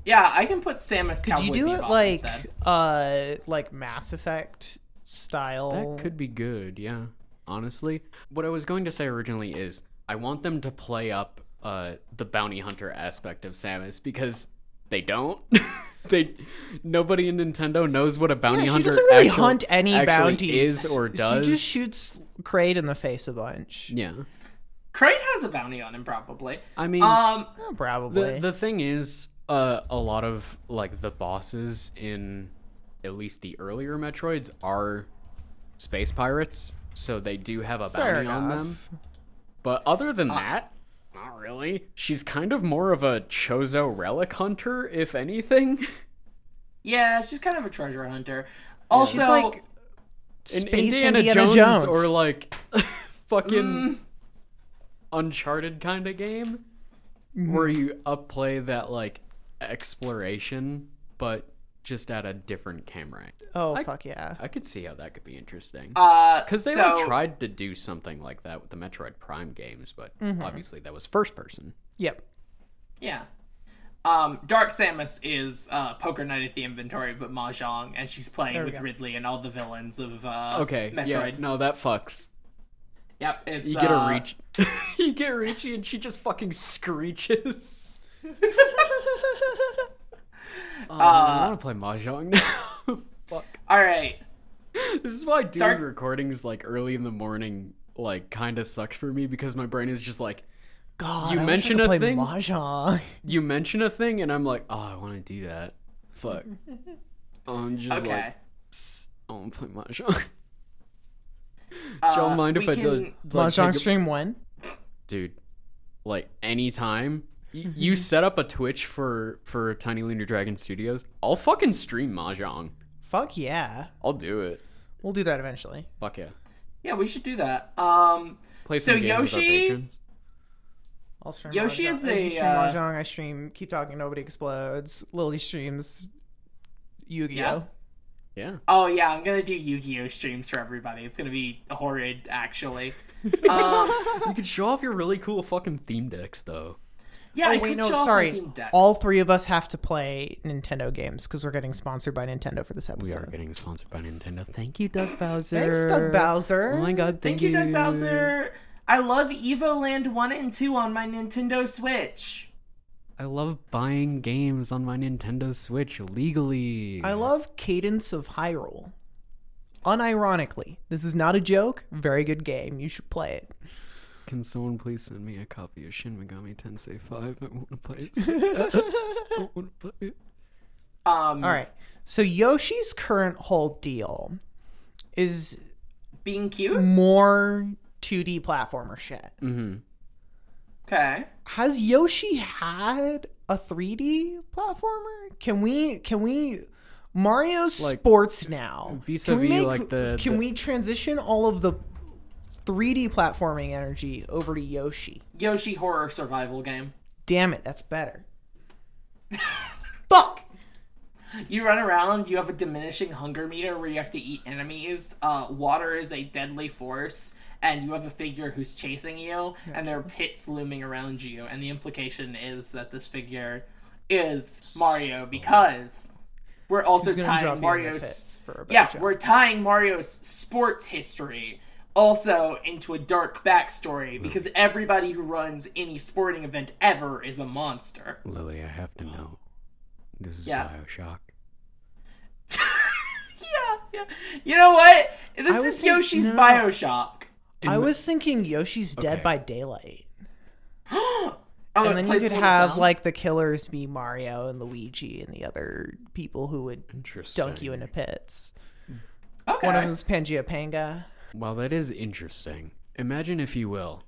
[SPEAKER 3] yeah, I can put Samus.
[SPEAKER 1] Could
[SPEAKER 3] Cowboy
[SPEAKER 1] you do it
[SPEAKER 3] Bebop
[SPEAKER 1] like
[SPEAKER 3] instead.
[SPEAKER 1] uh like Mass Effect style?
[SPEAKER 2] That could be good, yeah. Honestly, what I was going to say originally is I want them to play up uh, the bounty hunter aspect of Samus because they don't. they nobody in Nintendo knows what a bounty
[SPEAKER 1] Yeah, she
[SPEAKER 2] hunter
[SPEAKER 1] doesn't really
[SPEAKER 2] actual-
[SPEAKER 1] hunt any
[SPEAKER 2] actually
[SPEAKER 1] bounties.
[SPEAKER 2] is or does.
[SPEAKER 1] She just shoots Kraid in the face a bunch.
[SPEAKER 2] yeah,
[SPEAKER 3] Kraid has a bounty on him probably.
[SPEAKER 2] I mean
[SPEAKER 3] Um,
[SPEAKER 1] Oh, probably.
[SPEAKER 2] the the thing is uh, a lot of like the bosses in at least the earlier Metroids are space pirates, so they do have a
[SPEAKER 1] Fair
[SPEAKER 2] bounty on them.
[SPEAKER 1] enough.
[SPEAKER 2] But other than that, not really. She's kind of more of a Chozo relic hunter, if anything.
[SPEAKER 3] yeah, she's kind of a treasure hunter. Also,
[SPEAKER 1] She's like
[SPEAKER 2] In
[SPEAKER 1] space Indiana, Jones, Mm.
[SPEAKER 2] or like fucking Uncharted kind of game,
[SPEAKER 1] Mm-hmm.
[SPEAKER 2] where you upplay that like exploration, but just at a different camera. angle.
[SPEAKER 1] oh fuck yeah.
[SPEAKER 2] I could see how that could be interesting.
[SPEAKER 3] uh,
[SPEAKER 2] Because they
[SPEAKER 3] so,
[SPEAKER 2] like, tried to do something like that with the Metroid Prime games, but
[SPEAKER 1] Mm-hmm.
[SPEAKER 2] obviously that was first person.
[SPEAKER 1] Yep.
[SPEAKER 3] Yeah. Um, Dark Samus is uh, Poker Night at the Inventory, but Mahjong, and she's playing with
[SPEAKER 1] go.
[SPEAKER 3] Ridley and all the villains of uh,
[SPEAKER 2] Okay, yeah,
[SPEAKER 3] Metroid.
[SPEAKER 2] no, that fucks.
[SPEAKER 3] Yep, it's
[SPEAKER 2] You get a
[SPEAKER 3] uh,
[SPEAKER 2] reach. you get Richie, and she just fucking screeches. Oh, I want to play mahjong now. Fuck.
[SPEAKER 3] All right,
[SPEAKER 2] This is why doing
[SPEAKER 3] Dark-
[SPEAKER 2] recordings like early in the morning like kind of sucks for me because my brain is just like
[SPEAKER 1] God,
[SPEAKER 2] You
[SPEAKER 1] I wish I
[SPEAKER 2] mention
[SPEAKER 1] could
[SPEAKER 2] a
[SPEAKER 1] play
[SPEAKER 2] thing?
[SPEAKER 1] Mahjong.
[SPEAKER 2] you mention a thing and I'm like, oh, I want to do that. Fuck. I'm just
[SPEAKER 3] okay.
[SPEAKER 2] like, "S- I want to play mahjong.
[SPEAKER 3] Uh,
[SPEAKER 2] Don't mind if
[SPEAKER 3] we
[SPEAKER 2] I do.
[SPEAKER 3] can-
[SPEAKER 2] like,
[SPEAKER 1] Mahjong
[SPEAKER 2] take a-
[SPEAKER 1] stream when?
[SPEAKER 2] dude like anytime you, you set up a twitch for for tiny lunar dragon studios i'll fucking stream mahjong
[SPEAKER 1] Fuck yeah.
[SPEAKER 2] i'll do it
[SPEAKER 1] We'll do that eventually.
[SPEAKER 2] fuck yeah
[SPEAKER 3] Yeah, we should do that. Um,
[SPEAKER 2] play
[SPEAKER 3] So
[SPEAKER 2] some games without
[SPEAKER 3] Yoshi-
[SPEAKER 2] patrons.
[SPEAKER 1] I'll stream
[SPEAKER 3] Yoshi
[SPEAKER 1] Mahjong.
[SPEAKER 3] is
[SPEAKER 1] I
[SPEAKER 3] a,
[SPEAKER 1] stream
[SPEAKER 3] uh,
[SPEAKER 1] Mahjong. I stream Keep Talking Nobody Explodes. Lily streams Yu-Gi-Oh.
[SPEAKER 3] Yeah.
[SPEAKER 2] yeah
[SPEAKER 3] oh yeah, I'm gonna do Yu-Gi-Oh streams for everybody. It's gonna be horrid, actually. um,
[SPEAKER 2] you could show off your really cool fucking theme decks though
[SPEAKER 3] yeah,
[SPEAKER 1] Oh
[SPEAKER 3] I
[SPEAKER 1] wait,
[SPEAKER 3] could
[SPEAKER 1] no,
[SPEAKER 3] show off my
[SPEAKER 1] sorry.
[SPEAKER 3] Steam Deck.
[SPEAKER 1] All three of us have to play Nintendo games because we're getting sponsored by Nintendo for this
[SPEAKER 2] we are
[SPEAKER 1] episode.
[SPEAKER 2] getting sponsored by nintendo thank you doug bowser
[SPEAKER 1] Thanks, Doug Bowser.
[SPEAKER 2] oh my god thank,
[SPEAKER 3] Thank you, Doug Bowser. I love Evo Land One and Two on my Nintendo Switch.
[SPEAKER 2] i love buying games on my nintendo switch legally
[SPEAKER 1] I love Cadence of Hyrule. Unironically, this is not a joke. Very good game. You should play it.
[SPEAKER 2] Can someone please send me a copy of Shin Megami Tensei 5? I want to play it. so bad. I want to play it.
[SPEAKER 3] Um,
[SPEAKER 2] Hmm.
[SPEAKER 1] All right. So Yoshi's current whole deal is
[SPEAKER 3] being cute.
[SPEAKER 1] Mm. more 2D platformer shit.
[SPEAKER 3] Okay.
[SPEAKER 1] Has Yoshi had a 3D platformer? Can we can we Mario's
[SPEAKER 2] Like,
[SPEAKER 1] sports now? can
[SPEAKER 2] vis-a-vis,
[SPEAKER 1] we
[SPEAKER 2] like, the-
[SPEAKER 1] can
[SPEAKER 2] the-
[SPEAKER 1] we transition all of the 3D platforming energy over to Yoshi?
[SPEAKER 3] Yoshi horror survival game.
[SPEAKER 1] Damn it, that's better. Fuck.
[SPEAKER 3] You run around, you have a diminishing hunger meter where you have to eat enemies. Uh, water is a deadly force, and you have a figure who's chasing you, and there are pits looming around you. And the implication is that this figure is Mario because we're also
[SPEAKER 1] He's gonna drop you
[SPEAKER 3] tying
[SPEAKER 1] in the
[SPEAKER 3] Mario's.
[SPEAKER 1] pits for a better
[SPEAKER 3] Yeah,
[SPEAKER 1] job.
[SPEAKER 3] we're tying Mario's sports history also into a dark
[SPEAKER 1] Hmm.
[SPEAKER 3] backstory because everybody who runs any sporting event ever is a monster.
[SPEAKER 2] Lily, I have to know. This is
[SPEAKER 3] Yeah.
[SPEAKER 2] Bioshock.
[SPEAKER 3] yeah, yeah. You know what? This
[SPEAKER 1] I was
[SPEAKER 3] is
[SPEAKER 1] think-
[SPEAKER 3] Yoshi's
[SPEAKER 1] no.
[SPEAKER 3] Bioshock.
[SPEAKER 1] I was thinking Yoshi's Dead
[SPEAKER 2] Okay.
[SPEAKER 1] by Daylight.
[SPEAKER 3] oh, it
[SPEAKER 1] and then you
[SPEAKER 3] plays
[SPEAKER 1] could
[SPEAKER 3] the little
[SPEAKER 1] have
[SPEAKER 3] sound?
[SPEAKER 1] like the killers be Mario and Luigi and the other people who would
[SPEAKER 2] interesting.
[SPEAKER 1] dunk you into pits.
[SPEAKER 3] okay.
[SPEAKER 1] One of them is Pangea Panga.
[SPEAKER 2] Well, that is interesting. Imagine, if you will,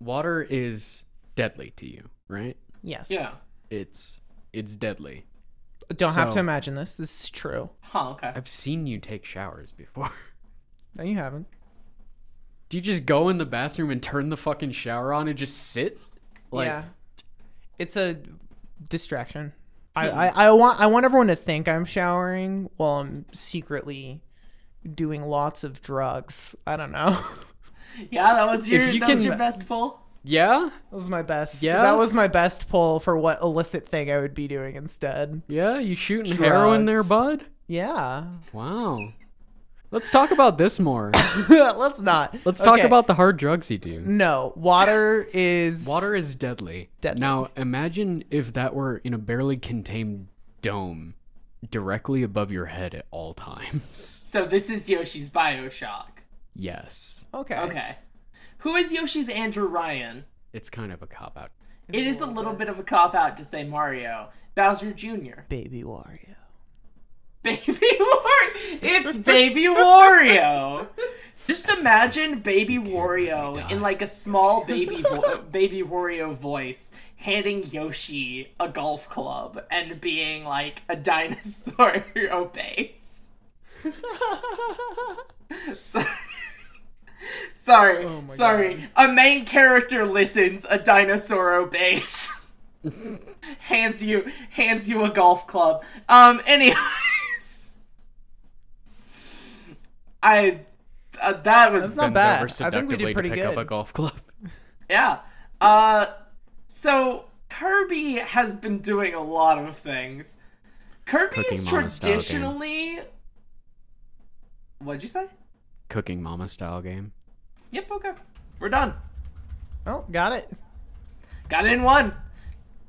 [SPEAKER 2] water is deadly to you, right?
[SPEAKER 1] Yes.
[SPEAKER 3] Yeah.
[SPEAKER 2] It's it's deadly.
[SPEAKER 1] Don't have to
[SPEAKER 2] So-
[SPEAKER 1] imagine this. This is true.
[SPEAKER 3] Huh. Okay.
[SPEAKER 2] I've seen you take showers before.
[SPEAKER 1] No, you haven't.
[SPEAKER 2] Do you just go in the bathroom and turn the fucking shower on and just sit? Like,
[SPEAKER 1] yeah. It's a distraction. I,
[SPEAKER 2] Hmm.
[SPEAKER 1] I, I want I want everyone to think I'm showering while I'm secretly doing lots of drugs. I don't know.
[SPEAKER 3] Yeah, that was your
[SPEAKER 2] you
[SPEAKER 3] that was
[SPEAKER 2] can-
[SPEAKER 3] your best pull.
[SPEAKER 2] yeah,
[SPEAKER 1] that was my best.
[SPEAKER 2] Yeah?
[SPEAKER 1] That was my best pull for what illicit thing I would be doing instead.
[SPEAKER 2] yeah, you shooting heroin there,
[SPEAKER 1] Drugs.
[SPEAKER 2] bud?
[SPEAKER 1] Yeah.
[SPEAKER 2] Wow. Let's talk about this more.
[SPEAKER 1] Let's not.
[SPEAKER 2] Let's talk
[SPEAKER 1] Okay.
[SPEAKER 2] about the hard drugs you do.
[SPEAKER 1] No, water is
[SPEAKER 2] Water is deadly.
[SPEAKER 1] Deadly.
[SPEAKER 2] Now imagine if that were in a barely contained dome directly above your head at all times.
[SPEAKER 3] So this is Yoshi's Bioshock.
[SPEAKER 2] yes.
[SPEAKER 1] Okay.
[SPEAKER 3] Okay. Who is Yoshi's Andrew Ryan?
[SPEAKER 2] It's kind of a cop out.
[SPEAKER 3] It is a little bit of a cop out to say Mario. Bowser Jr.
[SPEAKER 1] Baby Wario.
[SPEAKER 3] Baby Wario. It's Baby Wario. Just imagine Baby Wario in like a small baby vo- Baby Wario voice handing Yoshi a golf club and being like a dinosaur obeys. Sorry. Sorry.
[SPEAKER 1] Oh my
[SPEAKER 3] Sorry. A main character listens, a dinosaur obeys. hands you hands you a golf club. Um anyways. I uh, that was
[SPEAKER 1] That's not
[SPEAKER 2] Bends
[SPEAKER 1] bad.
[SPEAKER 2] over
[SPEAKER 1] I think we
[SPEAKER 2] seductively
[SPEAKER 1] did pretty
[SPEAKER 2] to pick up a
[SPEAKER 1] good.
[SPEAKER 2] golf club.
[SPEAKER 3] Yeah. Uh so Kirby has been doing a lot of things. Kirby
[SPEAKER 2] Cooking
[SPEAKER 3] is
[SPEAKER 2] Mama style game.
[SPEAKER 3] traditionally What'd you say?
[SPEAKER 2] Cooking mama style game.
[SPEAKER 3] Yep, okay. We're done.
[SPEAKER 1] Oh, got it.
[SPEAKER 3] Got in one.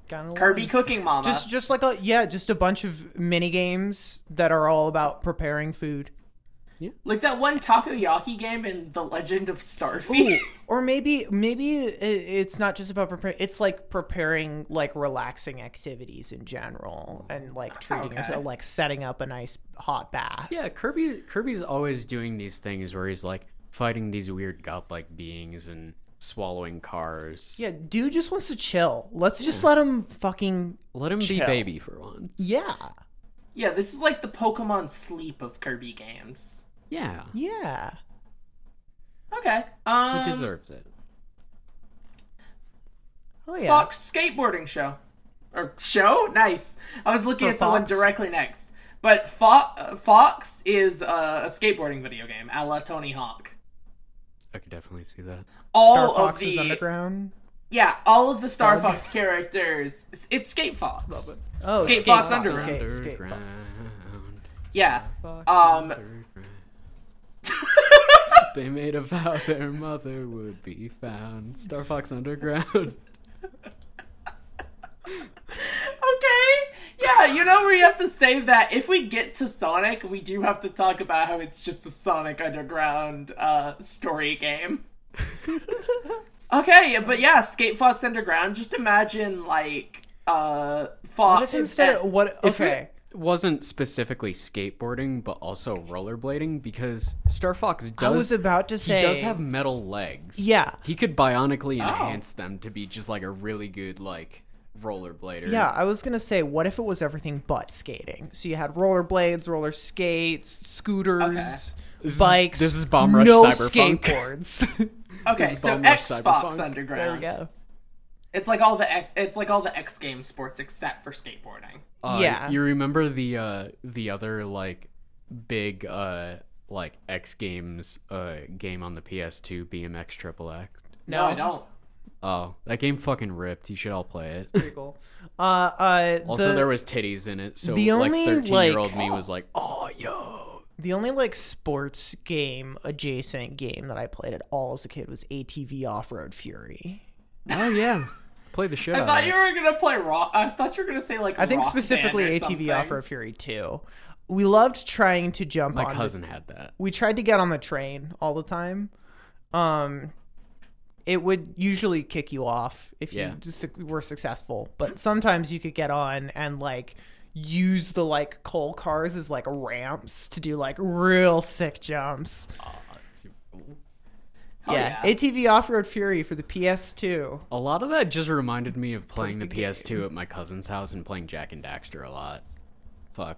[SPEAKER 1] Got it.
[SPEAKER 3] Kirby cooking mama.
[SPEAKER 1] Just just like a yeah, just a bunch of mini games that are all about preparing food.
[SPEAKER 3] like that one takoyaki game in The Legend of Starfy.
[SPEAKER 1] Or maybe maybe i- it's not just about preparing. It's like preparing like relaxing activities in general, and like treating
[SPEAKER 3] Okay.
[SPEAKER 1] yourself, like setting up a nice hot bath.
[SPEAKER 2] Yeah, Kirby Kirby's always doing these things where he's like fighting these weird godlike beings and swallowing cars.
[SPEAKER 1] Yeah, dude just wants to chill. Let's just let him fucking
[SPEAKER 2] Let him be
[SPEAKER 1] Chill.
[SPEAKER 2] baby for once.
[SPEAKER 1] yeah
[SPEAKER 3] yeah, this is like the Pokemon sleep of Kirby games.
[SPEAKER 2] Yeah.
[SPEAKER 1] yeah.
[SPEAKER 3] Okay. Um
[SPEAKER 2] He deserves it.
[SPEAKER 1] Oh yeah.
[SPEAKER 3] Fox skateboarding show. Or show? Nice. I was looking
[SPEAKER 1] For
[SPEAKER 3] at the one
[SPEAKER 1] Fox?
[SPEAKER 3] directly next. But Fo- uh, Fox is uh, a skateboarding video game, a la Tony Hawk.
[SPEAKER 2] I could definitely see that.
[SPEAKER 3] All
[SPEAKER 1] Star
[SPEAKER 3] of
[SPEAKER 1] Fox is
[SPEAKER 3] the
[SPEAKER 1] underground.
[SPEAKER 3] yeah, all of the Star
[SPEAKER 1] Spelled-
[SPEAKER 3] Fox characters. it's- It's Skate Fox.
[SPEAKER 1] Oh,
[SPEAKER 3] Skate Fox Underground.
[SPEAKER 1] Skate, skate Fox.
[SPEAKER 2] Underground.
[SPEAKER 3] Yeah.
[SPEAKER 2] Fox
[SPEAKER 3] Um,
[SPEAKER 2] underground. they made a vow their mother would be found. Star Fox Underground.
[SPEAKER 3] Okay. Yeah, you know we have to save that. If we get to Sonic, we do have to talk about how it's just a Sonic Underground uh, story game. okay, yeah, but yeah, Skate Fox Underground. Just imagine like uh, Fox.
[SPEAKER 1] What if instead of what?
[SPEAKER 2] If it
[SPEAKER 1] Okay.
[SPEAKER 2] wasn't specifically skateboarding, but also rollerblading because Star Fox does.
[SPEAKER 1] I was about to say.
[SPEAKER 2] He does have metal legs.
[SPEAKER 1] Yeah.
[SPEAKER 2] He could bionically enhance them to be just like a really good like rollerblader.
[SPEAKER 1] yeah, I was gonna say, what if it was everything but skating? So you had rollerblades, roller skates, scooters,
[SPEAKER 2] is-
[SPEAKER 1] bikes.
[SPEAKER 2] this is Bomb Rush
[SPEAKER 1] no
[SPEAKER 2] Cyberpunk.
[SPEAKER 1] skateboards.
[SPEAKER 3] okay,
[SPEAKER 2] is
[SPEAKER 3] so
[SPEAKER 2] Bomb Rush
[SPEAKER 3] X Fox
[SPEAKER 2] Cyberpunk.
[SPEAKER 1] there
[SPEAKER 3] Underground.
[SPEAKER 1] we go.
[SPEAKER 3] It's like all the X- it's like all the X game sports except for skateboarding.
[SPEAKER 2] Uh,
[SPEAKER 1] yeah.
[SPEAKER 2] You remember the uh the other like big uh like X Games uh game on the PS2 BMX Triple X?
[SPEAKER 3] No, I don't.
[SPEAKER 2] Oh, that game fucking ripped. You should all play it.
[SPEAKER 1] Pretty cool. Uh, uh,
[SPEAKER 2] Also,
[SPEAKER 1] the,
[SPEAKER 2] there was titties in it, so
[SPEAKER 1] the
[SPEAKER 2] like
[SPEAKER 1] only,
[SPEAKER 2] thirteen year old
[SPEAKER 1] like-
[SPEAKER 2] me was like, "Oh, yo,
[SPEAKER 1] the only like sports game adjacent game that I played at all as a kid was ATV Off Road Fury.
[SPEAKER 2] oh yeah, play the shit
[SPEAKER 3] I
[SPEAKER 2] out
[SPEAKER 3] thought
[SPEAKER 2] of
[SPEAKER 3] you
[SPEAKER 2] it."
[SPEAKER 3] were gonna play rock. I thought you were gonna say like
[SPEAKER 1] Uh, I think
[SPEAKER 3] Rock Band
[SPEAKER 1] specifically
[SPEAKER 3] or
[SPEAKER 1] ATV
[SPEAKER 3] something.
[SPEAKER 1] Off Road Fury 2. we loved trying to jump
[SPEAKER 2] My
[SPEAKER 1] on the-
[SPEAKER 2] cousin had that.
[SPEAKER 1] we tried to get on the train all the time. Um, it would usually kick you off if
[SPEAKER 2] Yeah.
[SPEAKER 1] you just suc- were successful, but sometimes you could get on and like use the like coal cars as like ramps to do like real sick jumps.
[SPEAKER 3] Hell yeah.
[SPEAKER 1] ATV Off Road Fury for the PS2.
[SPEAKER 2] A lot of that just reminded me of playing the PS2 at my cousin's house and playing Jack and Daxter a lot. Fuck.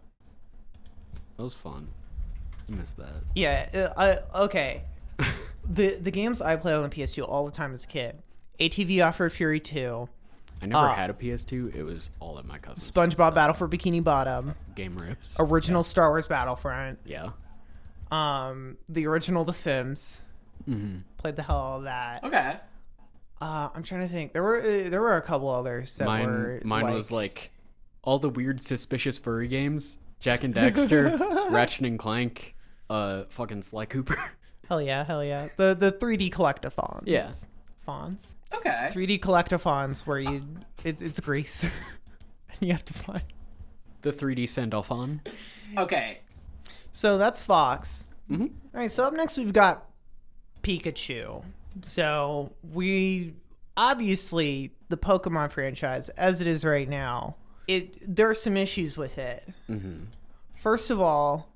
[SPEAKER 2] That was fun. I miss that.
[SPEAKER 1] Yeah. Uh, I, okay. the the games I played on the PS2 all the time as a kid. ATV Off Road Fury 2,
[SPEAKER 2] I never
[SPEAKER 1] Ah.
[SPEAKER 2] had a PS2. It was all at my cousin's.
[SPEAKER 1] SpongeBob Battle for Bikini Bottom,
[SPEAKER 2] Game rips.
[SPEAKER 1] original Star Wars Battlefront.
[SPEAKER 2] Yeah.
[SPEAKER 1] um the original The Sims.
[SPEAKER 2] Mm-hmm.
[SPEAKER 1] Played the hell out of that.
[SPEAKER 3] Okay.
[SPEAKER 1] Uh, I'm trying to think. There were uh, there were a couple others that
[SPEAKER 2] Mine,
[SPEAKER 1] were.
[SPEAKER 2] mine
[SPEAKER 1] like,
[SPEAKER 2] was like all the weird, suspicious furry games. Jack and Daxter, Ratchet and Clank, uh, fucking Sly Cooper.
[SPEAKER 1] hell yeah, hell yeah. The the 3D collectathons.
[SPEAKER 2] Yeah.
[SPEAKER 1] Fonts.
[SPEAKER 3] Okay.
[SPEAKER 1] 3D collectathons where you it's it's grease, and you have to find.
[SPEAKER 2] the 3D send off on.
[SPEAKER 3] Okay.
[SPEAKER 1] So that's Fox. Mm-hmm. right. So up next we've got Pikachu. So we obviously the Pokemon franchise as it is right now. It there are some issues with it. First of all,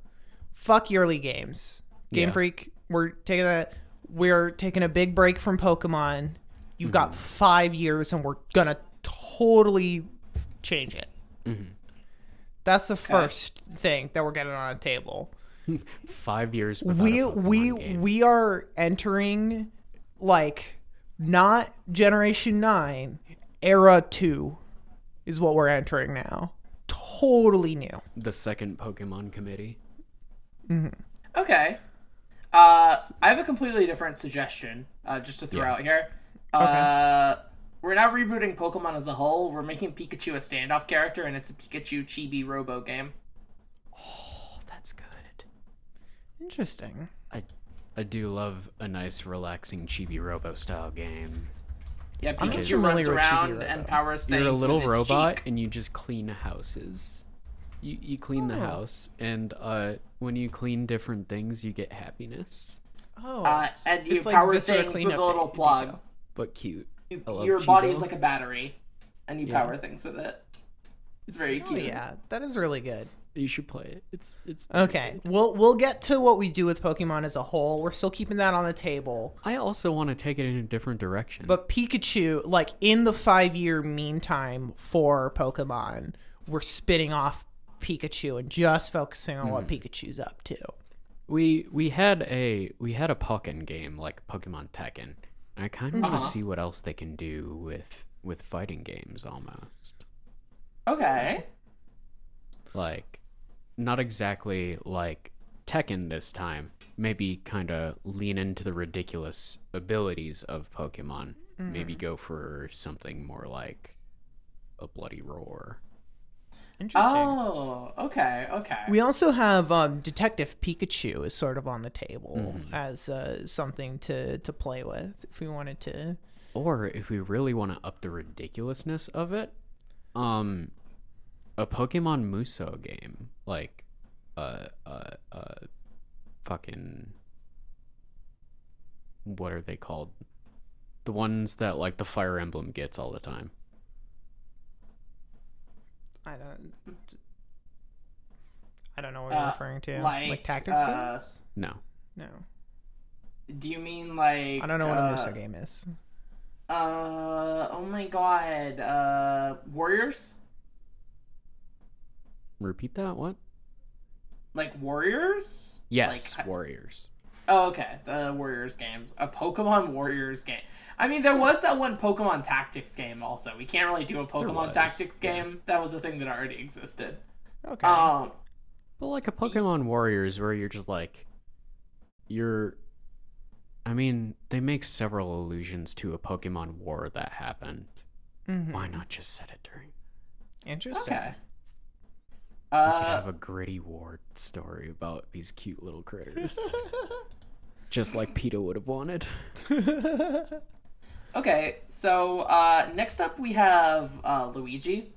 [SPEAKER 1] fuck yearly games. Game
[SPEAKER 2] Yeah.
[SPEAKER 1] Freak, we're taking a we're taking a big break from Pokemon. You've got five years, and we're gonna totally change it. That's the first thing that we're getting on the table
[SPEAKER 2] Five years.
[SPEAKER 1] we we we are entering like not generation 9 era 2 is what we're entering now totally new
[SPEAKER 2] the second Pokemon committee.
[SPEAKER 3] Okay. Uh, I have a completely different suggestion, uh, just to throw
[SPEAKER 2] Yeah.
[SPEAKER 3] out here. Uh, we're not rebooting Pokemon as a whole. We're making Pikachu a standoff character, and it's a Pikachu Chibi Robo game.
[SPEAKER 2] Oh, that's good.
[SPEAKER 1] interesting
[SPEAKER 2] I I do love a nice, relaxing Chibi Robo style game.
[SPEAKER 3] Yeah,
[SPEAKER 1] not
[SPEAKER 3] Pikachu
[SPEAKER 1] familiar
[SPEAKER 3] runs
[SPEAKER 1] with Chibi
[SPEAKER 3] around
[SPEAKER 1] Robo.
[SPEAKER 3] and powers things.
[SPEAKER 2] You're a little
[SPEAKER 3] with his
[SPEAKER 2] robot,
[SPEAKER 3] cheek.
[SPEAKER 2] and you just clean houses. You you clean
[SPEAKER 3] Oh.
[SPEAKER 2] the house, and uh, when you clean different things, you get happiness.
[SPEAKER 1] oh
[SPEAKER 3] Uh, and you
[SPEAKER 1] It's like
[SPEAKER 3] power
[SPEAKER 1] viscera
[SPEAKER 3] things with
[SPEAKER 1] cleanup
[SPEAKER 3] a little
[SPEAKER 1] in
[SPEAKER 3] plug.
[SPEAKER 1] detail.
[SPEAKER 2] But cute.
[SPEAKER 3] You,
[SPEAKER 2] I love
[SPEAKER 3] your body is
[SPEAKER 2] Chibi.
[SPEAKER 3] like a battery, and you
[SPEAKER 2] Yeah.
[SPEAKER 3] power things with it. It's very
[SPEAKER 1] oh,
[SPEAKER 3] cute.
[SPEAKER 1] yeah that is really good
[SPEAKER 2] You should play it. It's it's.
[SPEAKER 1] okay we'll we'll get to what we do with pokemon as a whole we're still keeping that on the table
[SPEAKER 2] I also want to take it in a different direction.
[SPEAKER 1] but pikachu like in the five year meantime for pokemon we're spitting off pikachu and just focusing on what pikachu's up to
[SPEAKER 2] We we had a we had a Pokken game like Pokemon Tekken. I kind of want
[SPEAKER 3] Uh-huh.
[SPEAKER 2] to see what else they can do with with fighting games almost.
[SPEAKER 3] Okay.
[SPEAKER 2] Like not exactly like Tekken this time. Maybe kind of lean into the ridiculous abilities of Pokemon. Maybe go for something more like a bloody roar.
[SPEAKER 1] interesting
[SPEAKER 3] Oh, okay, okay.
[SPEAKER 1] We also have um, Detective Pikachu is sort of on the table as uh, something to, to play with if we wanted to.
[SPEAKER 2] Or if we really want to up the ridiculousness of it, um, a Pokemon Muso game, like, uh, uh, uh, fucking, what are they called? The ones that like the Fire Emblem gets all the time.
[SPEAKER 1] I don't. I don't know what
[SPEAKER 3] Uh,
[SPEAKER 1] you're referring to.
[SPEAKER 3] like,
[SPEAKER 1] tactics
[SPEAKER 3] uh,
[SPEAKER 1] games?
[SPEAKER 2] No,
[SPEAKER 1] No,
[SPEAKER 3] Do you mean like?
[SPEAKER 1] I don't know what a
[SPEAKER 3] uh,
[SPEAKER 1] Muso game is.
[SPEAKER 3] Uh, oh my god. Uh, warriors?
[SPEAKER 2] repeat that. What?
[SPEAKER 3] Like warriors?
[SPEAKER 2] Yes,
[SPEAKER 3] Like, I-
[SPEAKER 2] Warriors.
[SPEAKER 3] oh, okay. The warriors games. A Pokemon warriors game. I mean, there was that one Pokemon tactics game also. We can't really do a Pokemon
[SPEAKER 2] was,
[SPEAKER 3] tactics
[SPEAKER 2] yeah.
[SPEAKER 3] game. That was a thing that already existed.
[SPEAKER 1] Okay.
[SPEAKER 3] Um,
[SPEAKER 2] But like a Pokemon Warriors, where you're just like, you're. I mean, they make several allusions to a Pokemon War that happened.
[SPEAKER 1] Mhm.
[SPEAKER 2] Why not just set it during?
[SPEAKER 1] Interesting.
[SPEAKER 3] okay.
[SPEAKER 2] We could
[SPEAKER 3] Uh,
[SPEAKER 2] have a gritty war story about these cute little critters, just like Peter would have wanted.
[SPEAKER 3] okay. So, uh, next up we have, uh, Luigi.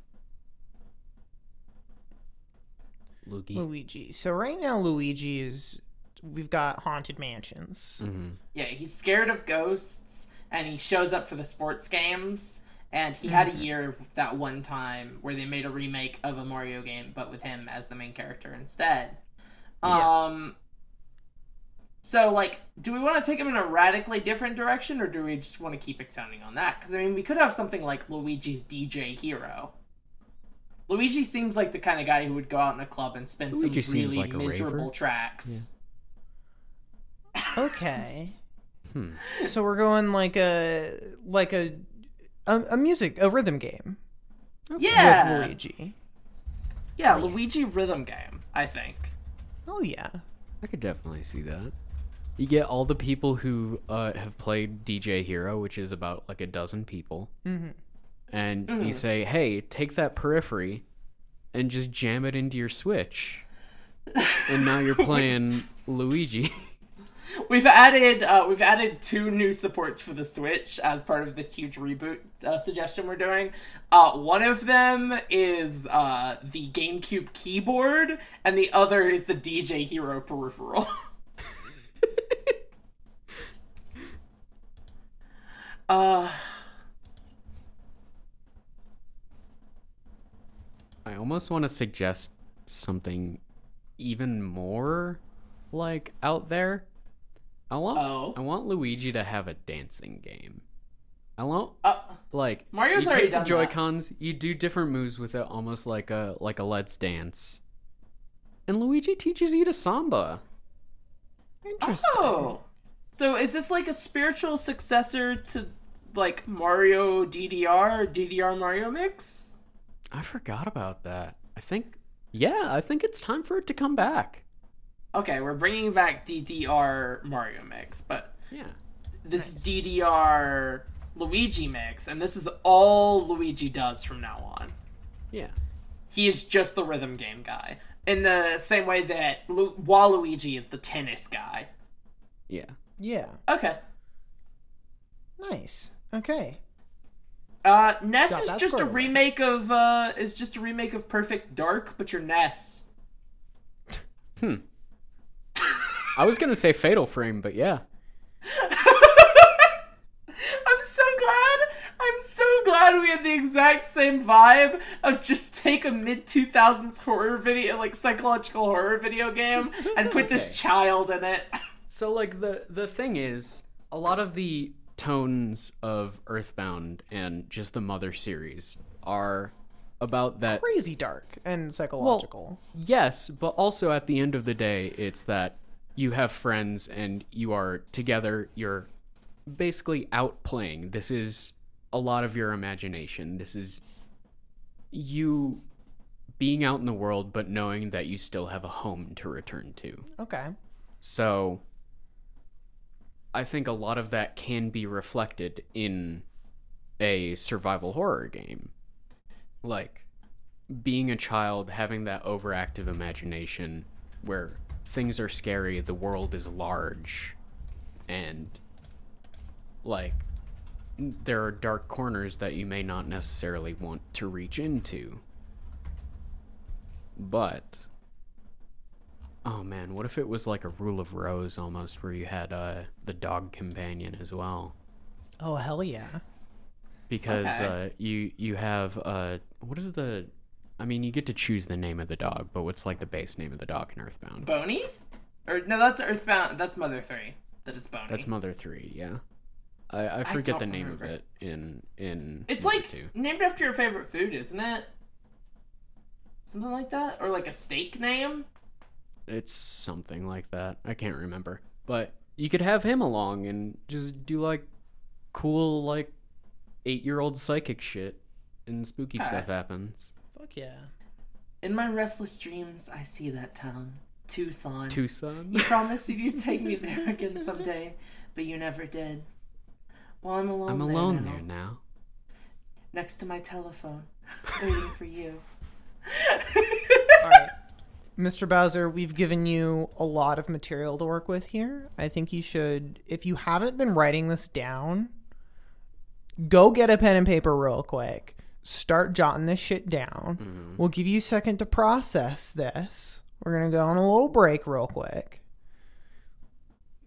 [SPEAKER 2] Luigi.
[SPEAKER 1] Luigi. So right now Luigi is we've got haunted mansions.
[SPEAKER 2] hmm
[SPEAKER 3] Yeah, he's scared of ghosts and he shows up for the sports games. And he
[SPEAKER 2] Mm-hmm.
[SPEAKER 3] had a year that one time where they made a remake of a Mario game, but with him as the main character instead.
[SPEAKER 2] Yeah.
[SPEAKER 3] Um, so like, do we want to take him in a radically different direction, or do we just want to keep expounding on that? Because I mean, we could have something like Luigi's DJ Hero. Luigi seems like the kind of guy who would go out in a club and spin
[SPEAKER 2] Luigi
[SPEAKER 3] some
[SPEAKER 2] seems
[SPEAKER 3] really
[SPEAKER 2] like a
[SPEAKER 3] miserable
[SPEAKER 2] raver.
[SPEAKER 3] tracks.
[SPEAKER 1] Okay.
[SPEAKER 2] Hmm.
[SPEAKER 1] so we're going like a like a a, a music a rhythm game
[SPEAKER 3] Yeah,
[SPEAKER 1] with Luigi.
[SPEAKER 3] Yeah, Luigi rhythm game, I think.
[SPEAKER 1] Oh yeah.
[SPEAKER 2] I could definitely see that. You get all the people who uh, have played DJ Hero, which is about like a dozen people,
[SPEAKER 1] Mhm.
[SPEAKER 2] and you
[SPEAKER 3] Mhm.
[SPEAKER 2] say, "Hey, take that periphery and just jam it into your Switch," and now you're playing Luigi.
[SPEAKER 3] We've added uh, we've added two new supports for the Switch as part of this huge reboot uh, suggestion we're doing. Uh, one of them is uh, the GameCube keyboard, and the other is the DJ Hero peripheral. uh,
[SPEAKER 2] I almost want to suggest something even more like out there. I want
[SPEAKER 3] Oh.
[SPEAKER 2] I want Luigi to have a dancing game. I want
[SPEAKER 3] uh,
[SPEAKER 2] like
[SPEAKER 3] Mario's
[SPEAKER 2] you
[SPEAKER 3] already
[SPEAKER 2] take the
[SPEAKER 3] done that.
[SPEAKER 2] Joy Cons, you do different moves with it, almost like a like a Let's Dance. And Luigi teaches you to samba.
[SPEAKER 1] Interesting.
[SPEAKER 3] oh, so is this like a spiritual successor to like Mario DDR DDR Mario mix?
[SPEAKER 2] I forgot about that. I think yeah, I think it's time for it to come back.
[SPEAKER 3] Okay, we're bringing back DDR Mario mix, but
[SPEAKER 2] Yeah.
[SPEAKER 3] this is DDR Luigi mix, and this is all Luigi does from now on.
[SPEAKER 2] Yeah.
[SPEAKER 3] He is just the rhythm game guy, in the same way that Lu- Waluigi is the tennis guy.
[SPEAKER 2] Yeah.
[SPEAKER 1] Yeah.
[SPEAKER 3] Okay.
[SPEAKER 1] Nice. Okay.
[SPEAKER 3] Uh, Ness
[SPEAKER 1] Got
[SPEAKER 3] is
[SPEAKER 1] that
[SPEAKER 3] just a
[SPEAKER 1] squared away.
[SPEAKER 3] remake of uh, is just a remake of Perfect Dark, but you're Ness.
[SPEAKER 2] I was gonna say Fatal Frame, but yeah.
[SPEAKER 3] I'm so glad. I'm so glad we had the exact same vibe of just take a mid 2000s horror video, like psychological horror video game, and put this child in it.
[SPEAKER 2] So like the the thing is, a lot of the tones of Earthbound and just the Mother series are about that
[SPEAKER 1] Crazy dark and psychological.
[SPEAKER 2] Yes, but also at the end of the day, it's that you have friends and you are together. You're basically out playing. This is a lot of your imagination. This is you being out in the world, but knowing that you still have a home to return to.
[SPEAKER 1] okay.
[SPEAKER 2] So I think a lot of that can be reflected in a survival horror game. Like being a child, having that overactive imagination where things are scary, the world is large, and like there are dark corners that you may not necessarily want to reach into. But Oh man, what if it was like a rule of rose almost where you had uh the dog companion as well?
[SPEAKER 1] Oh hell yeah.
[SPEAKER 2] Because
[SPEAKER 3] Okay.
[SPEAKER 2] uh you you have uh what is the I mean you get to choose the name of the dog, but what's like the base name of the dog in Earthbound?
[SPEAKER 3] Boney? Or no, that's Earthbound. That's Mother Three. That it's Boney.
[SPEAKER 2] That's Mother 3, yeah. I, I forget the
[SPEAKER 3] don't
[SPEAKER 2] name
[SPEAKER 3] remember.
[SPEAKER 2] of it in in
[SPEAKER 3] it's
[SPEAKER 2] Mother
[SPEAKER 3] like
[SPEAKER 2] 2.
[SPEAKER 3] named after your favorite food, isn't it? Something like that, or like a steak name.
[SPEAKER 2] it's something like that. I can't remember. But you could have him along and just do like cool like 8-year-old psychic shit and spooky
[SPEAKER 3] Okay.
[SPEAKER 2] stuff happens.
[SPEAKER 1] Fuck yeah.
[SPEAKER 3] In my restless dreams, I see that town, Tucson.
[SPEAKER 2] Tucson.
[SPEAKER 3] You promised you'd take me there again someday, but you never did. Well, I'm alone.
[SPEAKER 2] I'm
[SPEAKER 3] there
[SPEAKER 2] alone
[SPEAKER 3] now,
[SPEAKER 2] there now.
[SPEAKER 3] Next to my telephone, waiting for you.
[SPEAKER 1] All right. Mr. Bowser, we've given you a lot of material to work with here. I think you should, if you haven't been writing this down, go get a pen and paper real quick. start jotting this shit down.
[SPEAKER 3] Mm-hmm.
[SPEAKER 1] We'll give you a second to process this. We're going to go on a little break real quick.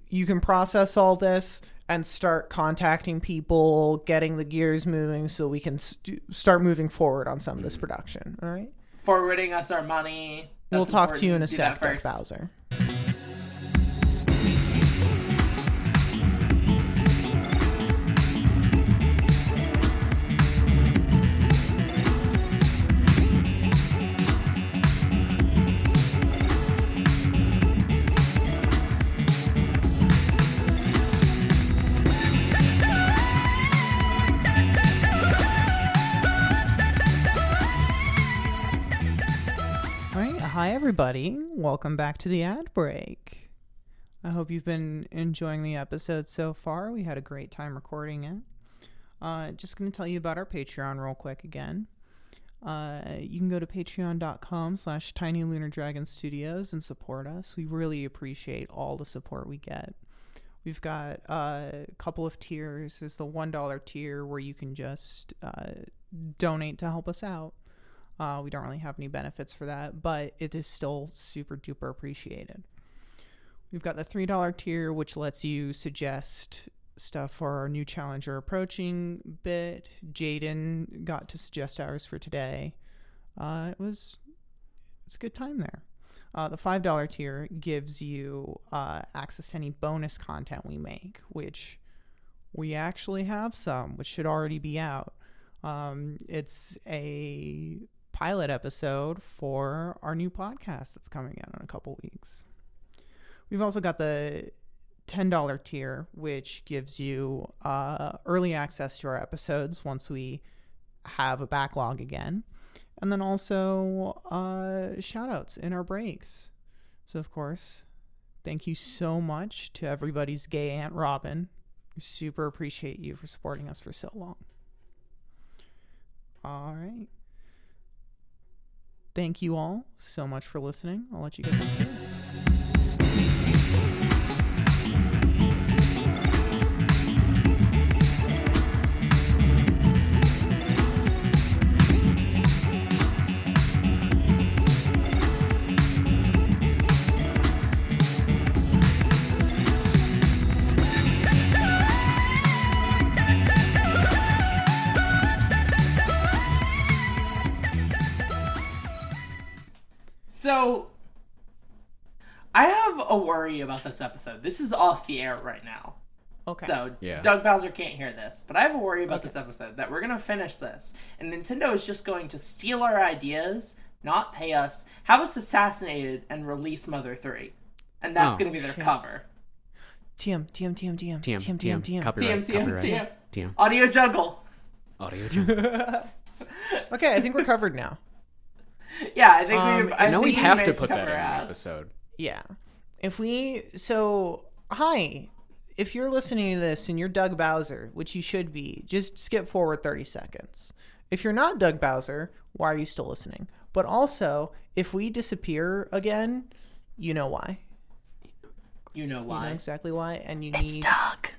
[SPEAKER 1] You can process all this and start contacting people, getting the gears moving so we can st- start moving forward on some of this production. All right.
[SPEAKER 3] Forwarding us our money.
[SPEAKER 1] we'll
[SPEAKER 3] Mm-hmm. That's
[SPEAKER 1] talk to you in a
[SPEAKER 3] important. Do that
[SPEAKER 1] sec, Doug
[SPEAKER 3] first.
[SPEAKER 1] Bowser. All right. Hi, everybody. Welcome back to the ad break. I hope you've been enjoying the episode so far. We had a great time recording it. Uh, just going to tell you about our Patreon real quick again. Uh, you can go to patreon.com slash tiny lunar dragon studios and support us. We really appreciate all the support we get. We've got uh, a couple of tiers. There's the $1 tier where you can just uh, donate to help us out. Uh, we don't really have any benefits for that, but it is still super duper appreciated. We've got the $3 tier, which lets you suggest stuff for our new challenger approaching bit. Jaden got to suggest ours for today. Uh, it was it's a good time there. Uh, the five dollar tier gives you uh, access to any bonus content we make, which we actually have some, which should already be out. Um, it's a pilot episode for our new podcast that's coming out in a couple weeks. We've also got the $10 tier, which gives you uh, early access to our episodes once we have a backlog again. And then also uh, shout outs in our breaks. So, of course, thank you so much to everybody's gay Aunt Robin. We super appreciate you for supporting us for so long. All right. Thank you all so much for listening. I'll let you get back to it.
[SPEAKER 3] So I have a worry about this episode. This is off the air right now.
[SPEAKER 1] Okay.
[SPEAKER 3] So
[SPEAKER 2] Yeah.
[SPEAKER 3] Doug Bowser can't hear this, but I have a worry about this episode that we're gonna finish this, and Nintendo is just going to steal our ideas, not pay us, have us assassinated, and release Mother Three, and that's
[SPEAKER 2] Oh,
[SPEAKER 3] gonna be their cover.
[SPEAKER 1] TM, TM, TM, TM,
[SPEAKER 2] TM, TM, TM,
[SPEAKER 3] TM
[SPEAKER 2] Copyright,
[SPEAKER 3] TM
[SPEAKER 2] copyright.
[SPEAKER 3] TM
[SPEAKER 2] TM.
[SPEAKER 3] Audio Jungle.
[SPEAKER 2] Audio jungle.
[SPEAKER 1] Okay, I think we're covered now.
[SPEAKER 3] Yeah, I think
[SPEAKER 1] Um,
[SPEAKER 3] we've. I
[SPEAKER 2] now
[SPEAKER 3] think
[SPEAKER 2] we
[SPEAKER 3] we've
[SPEAKER 2] have to
[SPEAKER 3] managed
[SPEAKER 2] put that in
[SPEAKER 3] cover
[SPEAKER 2] the
[SPEAKER 3] our ass.
[SPEAKER 2] episode.
[SPEAKER 1] Yeah. If we so hi, if you're listening to this and you're Doug Bowser, which you should be, just skip forward 30 seconds. If you're not Doug Bowser, why are you still listening? But also, if we disappear again, you know why.
[SPEAKER 3] You know
[SPEAKER 1] You know
[SPEAKER 3] why?
[SPEAKER 1] exactly why, and you
[SPEAKER 3] It's
[SPEAKER 1] need
[SPEAKER 3] Doug.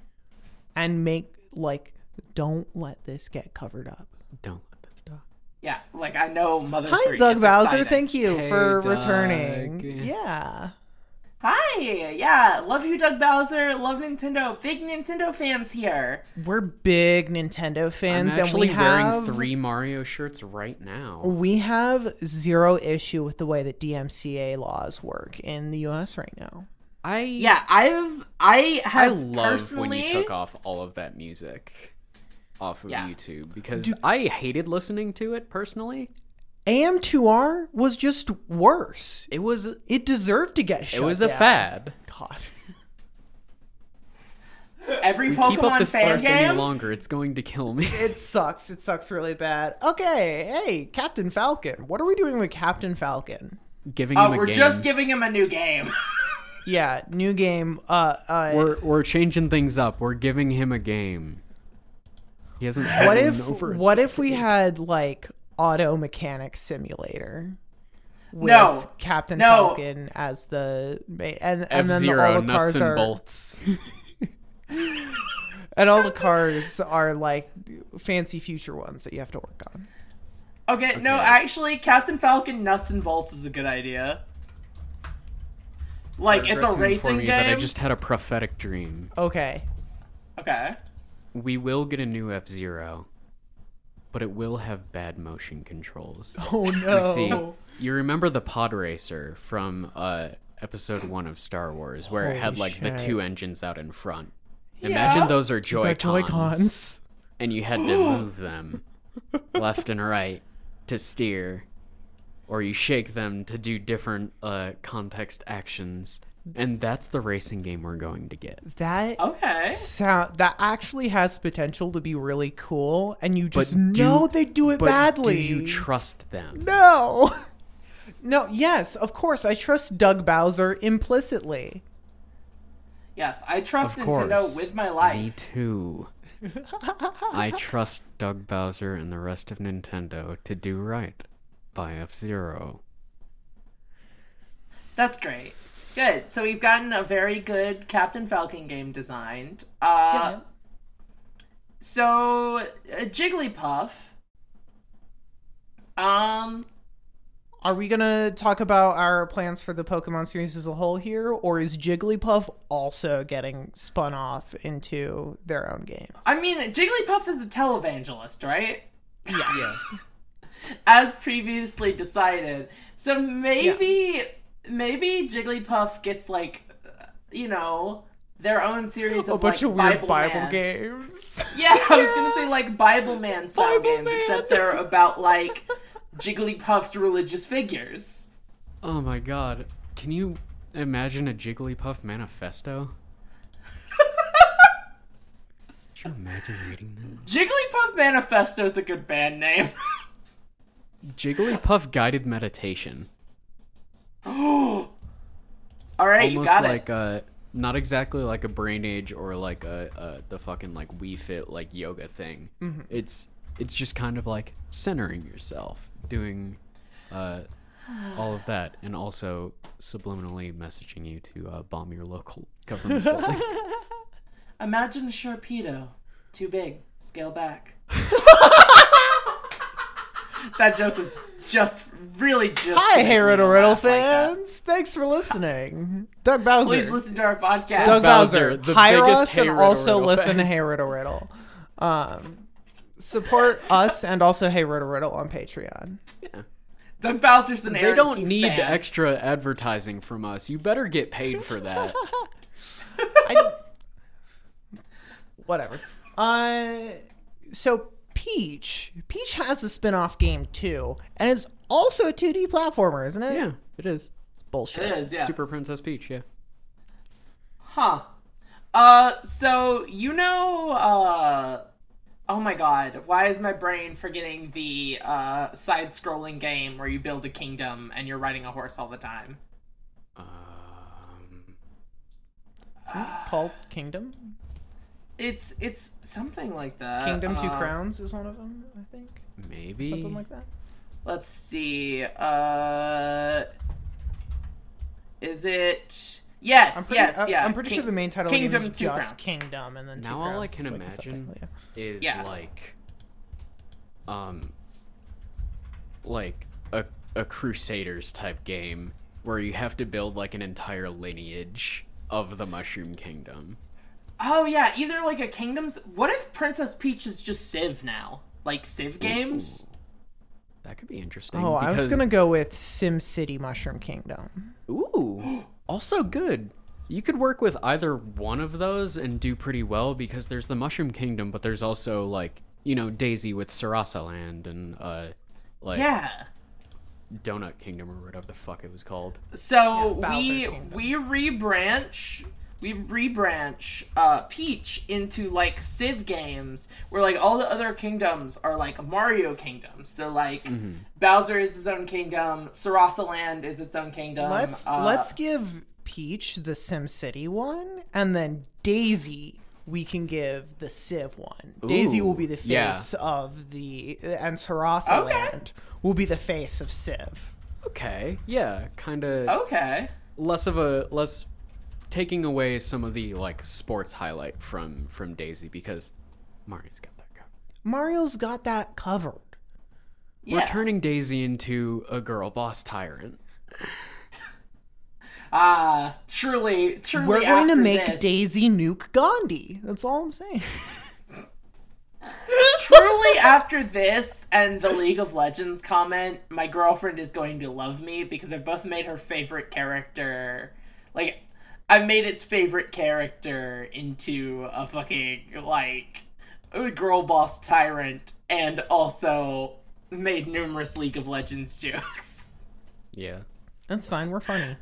[SPEAKER 1] and make like don't let this get covered up.
[SPEAKER 2] Don't let that stop.
[SPEAKER 3] Yeah, like I know Mother
[SPEAKER 1] Hi,
[SPEAKER 3] Three.
[SPEAKER 1] Doug
[SPEAKER 3] is
[SPEAKER 1] Bowser.
[SPEAKER 3] exciting.
[SPEAKER 1] Thank you
[SPEAKER 2] Hey,
[SPEAKER 1] for
[SPEAKER 2] Doug.
[SPEAKER 1] returning. Yeah.
[SPEAKER 3] Hi, yeah, love you, Doug Bowser. Love Nintendo. Big Nintendo fans here.
[SPEAKER 1] We're big Nintendo
[SPEAKER 2] I'm
[SPEAKER 1] fans, and
[SPEAKER 2] actually
[SPEAKER 1] we have
[SPEAKER 2] wearing three Mario shirts right now.
[SPEAKER 1] We have zero issue with the way that DMCA laws work in the US right now.
[SPEAKER 2] I
[SPEAKER 3] Yeah, I've I
[SPEAKER 2] I
[SPEAKER 3] have
[SPEAKER 2] love
[SPEAKER 3] personally.
[SPEAKER 2] when you took off all of that music off of
[SPEAKER 3] Yeah.
[SPEAKER 2] YouTube because I hated listening to it personally.
[SPEAKER 1] AM2R was just worse.
[SPEAKER 2] It was it
[SPEAKER 1] It deserved to get shut
[SPEAKER 2] was a
[SPEAKER 1] down.
[SPEAKER 2] fad.
[SPEAKER 1] God.
[SPEAKER 3] Every
[SPEAKER 2] Keep up
[SPEAKER 3] Pokemon
[SPEAKER 2] this
[SPEAKER 3] fan
[SPEAKER 2] farce any
[SPEAKER 3] game.
[SPEAKER 2] longer, it's going to kill me.
[SPEAKER 1] It sucks. It sucks really bad. Okay, hey, Captain Falcon. What are we doing with Captain Falcon?
[SPEAKER 2] Giving
[SPEAKER 3] Uh,
[SPEAKER 2] him a
[SPEAKER 3] we're
[SPEAKER 2] game.
[SPEAKER 3] just giving him a new game.
[SPEAKER 1] Yeah, new game. Uh, uh
[SPEAKER 2] we're we're changing things up. We're giving him a game. He hasn't. had
[SPEAKER 1] what
[SPEAKER 2] one
[SPEAKER 1] if
[SPEAKER 2] over
[SPEAKER 1] what if we had like auto mechanic simulator with
[SPEAKER 3] No.
[SPEAKER 1] Captain
[SPEAKER 3] No.
[SPEAKER 1] Falcon as the main and,
[SPEAKER 2] F
[SPEAKER 1] and then the, all
[SPEAKER 2] Zero
[SPEAKER 1] the cars
[SPEAKER 2] nuts and
[SPEAKER 1] are
[SPEAKER 2] bolts?
[SPEAKER 1] and all the cars are like fancy future ones that you have to work on.
[SPEAKER 3] Okay, no,
[SPEAKER 2] Okay.
[SPEAKER 3] actually, Captain Falcon Nuts and Bolts is a good idea. Like, it's a
[SPEAKER 2] regret to
[SPEAKER 3] racing
[SPEAKER 2] inform
[SPEAKER 3] game.
[SPEAKER 2] you That I just had a prophetic dream.
[SPEAKER 1] Okay.
[SPEAKER 3] Okay.
[SPEAKER 2] We will get a new F Zero, but it will have bad motion controls.
[SPEAKER 1] Oh
[SPEAKER 2] You see,
[SPEAKER 1] no.
[SPEAKER 2] you remember the pod racer from uh, episode one of Star Wars, where it had
[SPEAKER 1] Holy
[SPEAKER 2] like
[SPEAKER 1] shit.
[SPEAKER 2] the two engines out in front.
[SPEAKER 3] Yeah.
[SPEAKER 2] Imagine those are
[SPEAKER 1] Got
[SPEAKER 2] Joy Cons,
[SPEAKER 1] Joy-Cons.
[SPEAKER 2] and you had to move them left and right to steer, or you shake them to do different uh, context actions, and that's the racing game we're going to get.
[SPEAKER 1] That
[SPEAKER 3] Okay.
[SPEAKER 1] sound that actually has potential to be really cool, and you just
[SPEAKER 2] do-
[SPEAKER 1] know they do it
[SPEAKER 2] But
[SPEAKER 1] badly.
[SPEAKER 2] do you trust them?
[SPEAKER 1] no. No, yes, of course. I trust Doug Bowser implicitly.
[SPEAKER 3] Yes, I trust
[SPEAKER 2] Of course.
[SPEAKER 3] Nintendo with my
[SPEAKER 2] Me
[SPEAKER 3] life.
[SPEAKER 2] too. I trust Doug Bowser and the rest of Nintendo to do right by F Zero.
[SPEAKER 3] That's great. Good. So we've gotten a very good Captain Falcon game designed. Uh, So uh, Jigglypuff. Um.
[SPEAKER 1] Are we gonna talk about our plans for the Pokemon series as a whole here, or is Jigglypuff also getting spun off into their own games?
[SPEAKER 3] I mean, Jigglypuff is a televangelist, right?
[SPEAKER 2] Yeah.
[SPEAKER 3] As previously decided. So maybe, maybe Jigglypuff gets like, uh, you know, their own series of
[SPEAKER 1] A bunch
[SPEAKER 3] Oh, like,
[SPEAKER 1] of weird Bible,
[SPEAKER 3] Man.
[SPEAKER 1] games.
[SPEAKER 3] Yeah, I was gonna say like Bible Man style
[SPEAKER 1] Bible
[SPEAKER 3] games,
[SPEAKER 1] Man.
[SPEAKER 3] except they're about like Jigglypuff's religious figures.
[SPEAKER 2] Oh my god. Can you imagine a Jigglypuff manifesto? Could you imagine reading that?
[SPEAKER 3] Jigglypuff Manifesto is a good band name.
[SPEAKER 2] Jigglypuff guided meditation.
[SPEAKER 3] All right, you
[SPEAKER 2] Almost
[SPEAKER 3] got
[SPEAKER 2] like
[SPEAKER 3] it.
[SPEAKER 2] a not exactly like a brain age or like a, a the fucking like Wii Fit like yoga thing.
[SPEAKER 3] Mm-hmm.
[SPEAKER 2] It's it's just kind of like centering yourself, doing uh, all of that, and also subliminally messaging you to uh, bomb your local government building.
[SPEAKER 3] Imagine a Sharpedo, too big, scale back. that joke was just really just.
[SPEAKER 1] Hi,
[SPEAKER 3] to make
[SPEAKER 1] Harrod
[SPEAKER 3] me
[SPEAKER 1] and Riddle
[SPEAKER 3] laugh like that.
[SPEAKER 1] fans. Thanks for listening. Doug Bowser.
[SPEAKER 3] Please listen to our podcast.
[SPEAKER 1] Doug Bowser,
[SPEAKER 2] Bowser, the
[SPEAKER 1] hire
[SPEAKER 2] biggest
[SPEAKER 1] us
[SPEAKER 2] Hey
[SPEAKER 1] and
[SPEAKER 2] Riddle
[SPEAKER 1] also
[SPEAKER 2] Riddle
[SPEAKER 1] listen
[SPEAKER 2] fan.
[SPEAKER 1] to Hey Riddle Riddle. Um, support us and also Hey Riddle Riddle on Patreon.
[SPEAKER 3] Doug Bowser's an
[SPEAKER 2] they
[SPEAKER 3] Aaron
[SPEAKER 2] don't
[SPEAKER 3] Keith
[SPEAKER 2] need
[SPEAKER 3] fan.
[SPEAKER 2] extra advertising from us. You better get paid for that.
[SPEAKER 1] I, whatever. Uh, so Peach, Peach has a spin-off game too, and it's also a 2D platformer, isn't it?
[SPEAKER 2] yeah, it is.
[SPEAKER 1] Bullshit.
[SPEAKER 3] It is, yeah.
[SPEAKER 2] Super Princess Peach. Yeah.
[SPEAKER 3] Huh. Uh, so you know, uh, oh my god, why is my brain forgetting the uh side-scrolling game where you build a kingdom and you're riding a horse all the time?
[SPEAKER 2] Um,
[SPEAKER 1] Isn't it called Kingdom?
[SPEAKER 3] It's it's something like that.
[SPEAKER 1] Kingdom Two
[SPEAKER 3] Uh,
[SPEAKER 1] Crowns is one of them, I think.
[SPEAKER 2] maybe
[SPEAKER 1] Something like that.
[SPEAKER 3] Let's see. Uh, is it? Yes,
[SPEAKER 1] I'm pretty,
[SPEAKER 3] yes,
[SPEAKER 1] I,
[SPEAKER 3] yeah.
[SPEAKER 1] am pretty sure
[SPEAKER 3] King-
[SPEAKER 1] the main title of
[SPEAKER 3] Kingdom
[SPEAKER 1] the game is
[SPEAKER 3] Two
[SPEAKER 1] just
[SPEAKER 3] Crowns.
[SPEAKER 1] Kingdom, and then Two
[SPEAKER 2] Now all I
[SPEAKER 1] Crowns
[SPEAKER 2] can
[SPEAKER 1] is like the second
[SPEAKER 2] imagine
[SPEAKER 1] layer.
[SPEAKER 2] is
[SPEAKER 3] Yeah.
[SPEAKER 2] like um like a a crusaders type game where you have to build like an entire lineage of the mushroom kingdom
[SPEAKER 3] Oh yeah, either like a kingdom's. What if Princess Peach is just Civ now, like Civ games?
[SPEAKER 2] that could be interesting
[SPEAKER 1] Oh, I was
[SPEAKER 2] because-
[SPEAKER 1] gonna go with Sim City Mushroom Kingdom.
[SPEAKER 2] ooh also good you could work with either one of those and do pretty well because there's the mushroom kingdom but there's also like you know daisy with sarasa land and uh like
[SPEAKER 3] Yeah.
[SPEAKER 2] donut kingdom or whatever the fuck it was called
[SPEAKER 3] So we
[SPEAKER 1] Bowser's Kingdom.
[SPEAKER 3] we rebranch we rebranch uh, Peach into like Civ games where like all the other kingdoms are like Mario kingdoms. So like
[SPEAKER 1] Mm-hmm.
[SPEAKER 3] Bowser is his own kingdom, Sarasa Land is its own
[SPEAKER 2] Um,
[SPEAKER 3] kingdom.
[SPEAKER 1] Let's
[SPEAKER 3] uh,
[SPEAKER 1] let's give Peach the Sim City one, and then Daisy we can give the Civ one. Daisy will be the
[SPEAKER 2] Ooh, yeah.
[SPEAKER 1] face of the and Sarasa
[SPEAKER 3] Okay.
[SPEAKER 1] Land will be the face of Civ.
[SPEAKER 2] Okay. Yeah, kind of
[SPEAKER 3] Okay.
[SPEAKER 2] less of a less taking away some of the like sports highlight from from Daisy because Mario's got that covered.
[SPEAKER 1] Mario's got that covered.
[SPEAKER 2] We're
[SPEAKER 3] Yeah.
[SPEAKER 2] turning Daisy into a girl boss tyrant.
[SPEAKER 3] Ah, truly, truly.
[SPEAKER 1] We're going to
[SPEAKER 3] after
[SPEAKER 1] make
[SPEAKER 3] this-
[SPEAKER 1] Daisy nuke Gandhi. That's all I'm saying.
[SPEAKER 3] Truly, after this and the League of Legends comment, my girlfriend is going to love me because I've both made her favorite character. Like, I've made its favorite character into a fucking, like, a girl boss tyrant and also made numerous League of Legends jokes.
[SPEAKER 2] Yeah.
[SPEAKER 1] That's fine. We're funny.